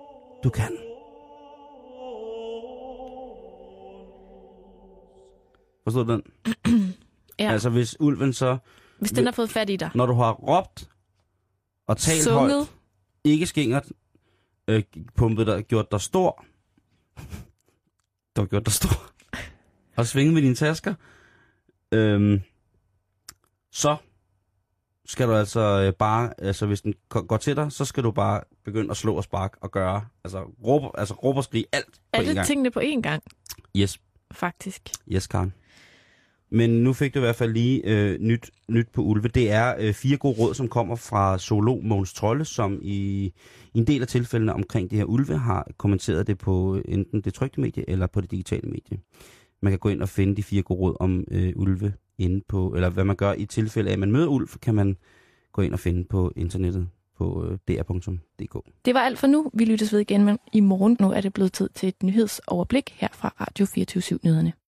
Speaker 4: du kan. Forstår du den?
Speaker 3: Ja.
Speaker 4: Altså hvis ulven så,
Speaker 3: Hvis den har fået fat i dig.
Speaker 4: når du har råbt og talt
Speaker 3: Sunget.
Speaker 4: højt, ikke skingert, øh, pumpet dig, gjort dig stor, du har gjort dig stor, og svinget med dine tasker, øhm, så skal du altså øh, bare, altså hvis den ko- går til dig, så skal du bare begynde at slå og sparke og gøre, altså råbe, altså råbe og skrige alt på en
Speaker 3: Alle
Speaker 4: gang.
Speaker 3: tingene på én gang,
Speaker 4: Yes,
Speaker 3: faktisk.
Speaker 4: yes Karen. Men nu fik du i hvert fald lige øh, nyt, nyt på ulve. Det er øh, fire gode råd, som kommer fra zoolog Mogens Trolle, som i, i en del af tilfældene omkring det her ulve har kommenteret det på øh, enten det trykte medie eller på det digitale medie. Man kan gå ind og finde de fire gode råd om øh, ulve inde på, eller hvad man gør i tilfælde af, at man møder ulv, kan man gå ind og finde på internettet på øh, dr.dk.
Speaker 3: Det var alt for nu. Vi lyttes ved igen men i morgen. Nu er det blevet tid til et nyhedsoverblik her fra Radio 24 Nyhederne.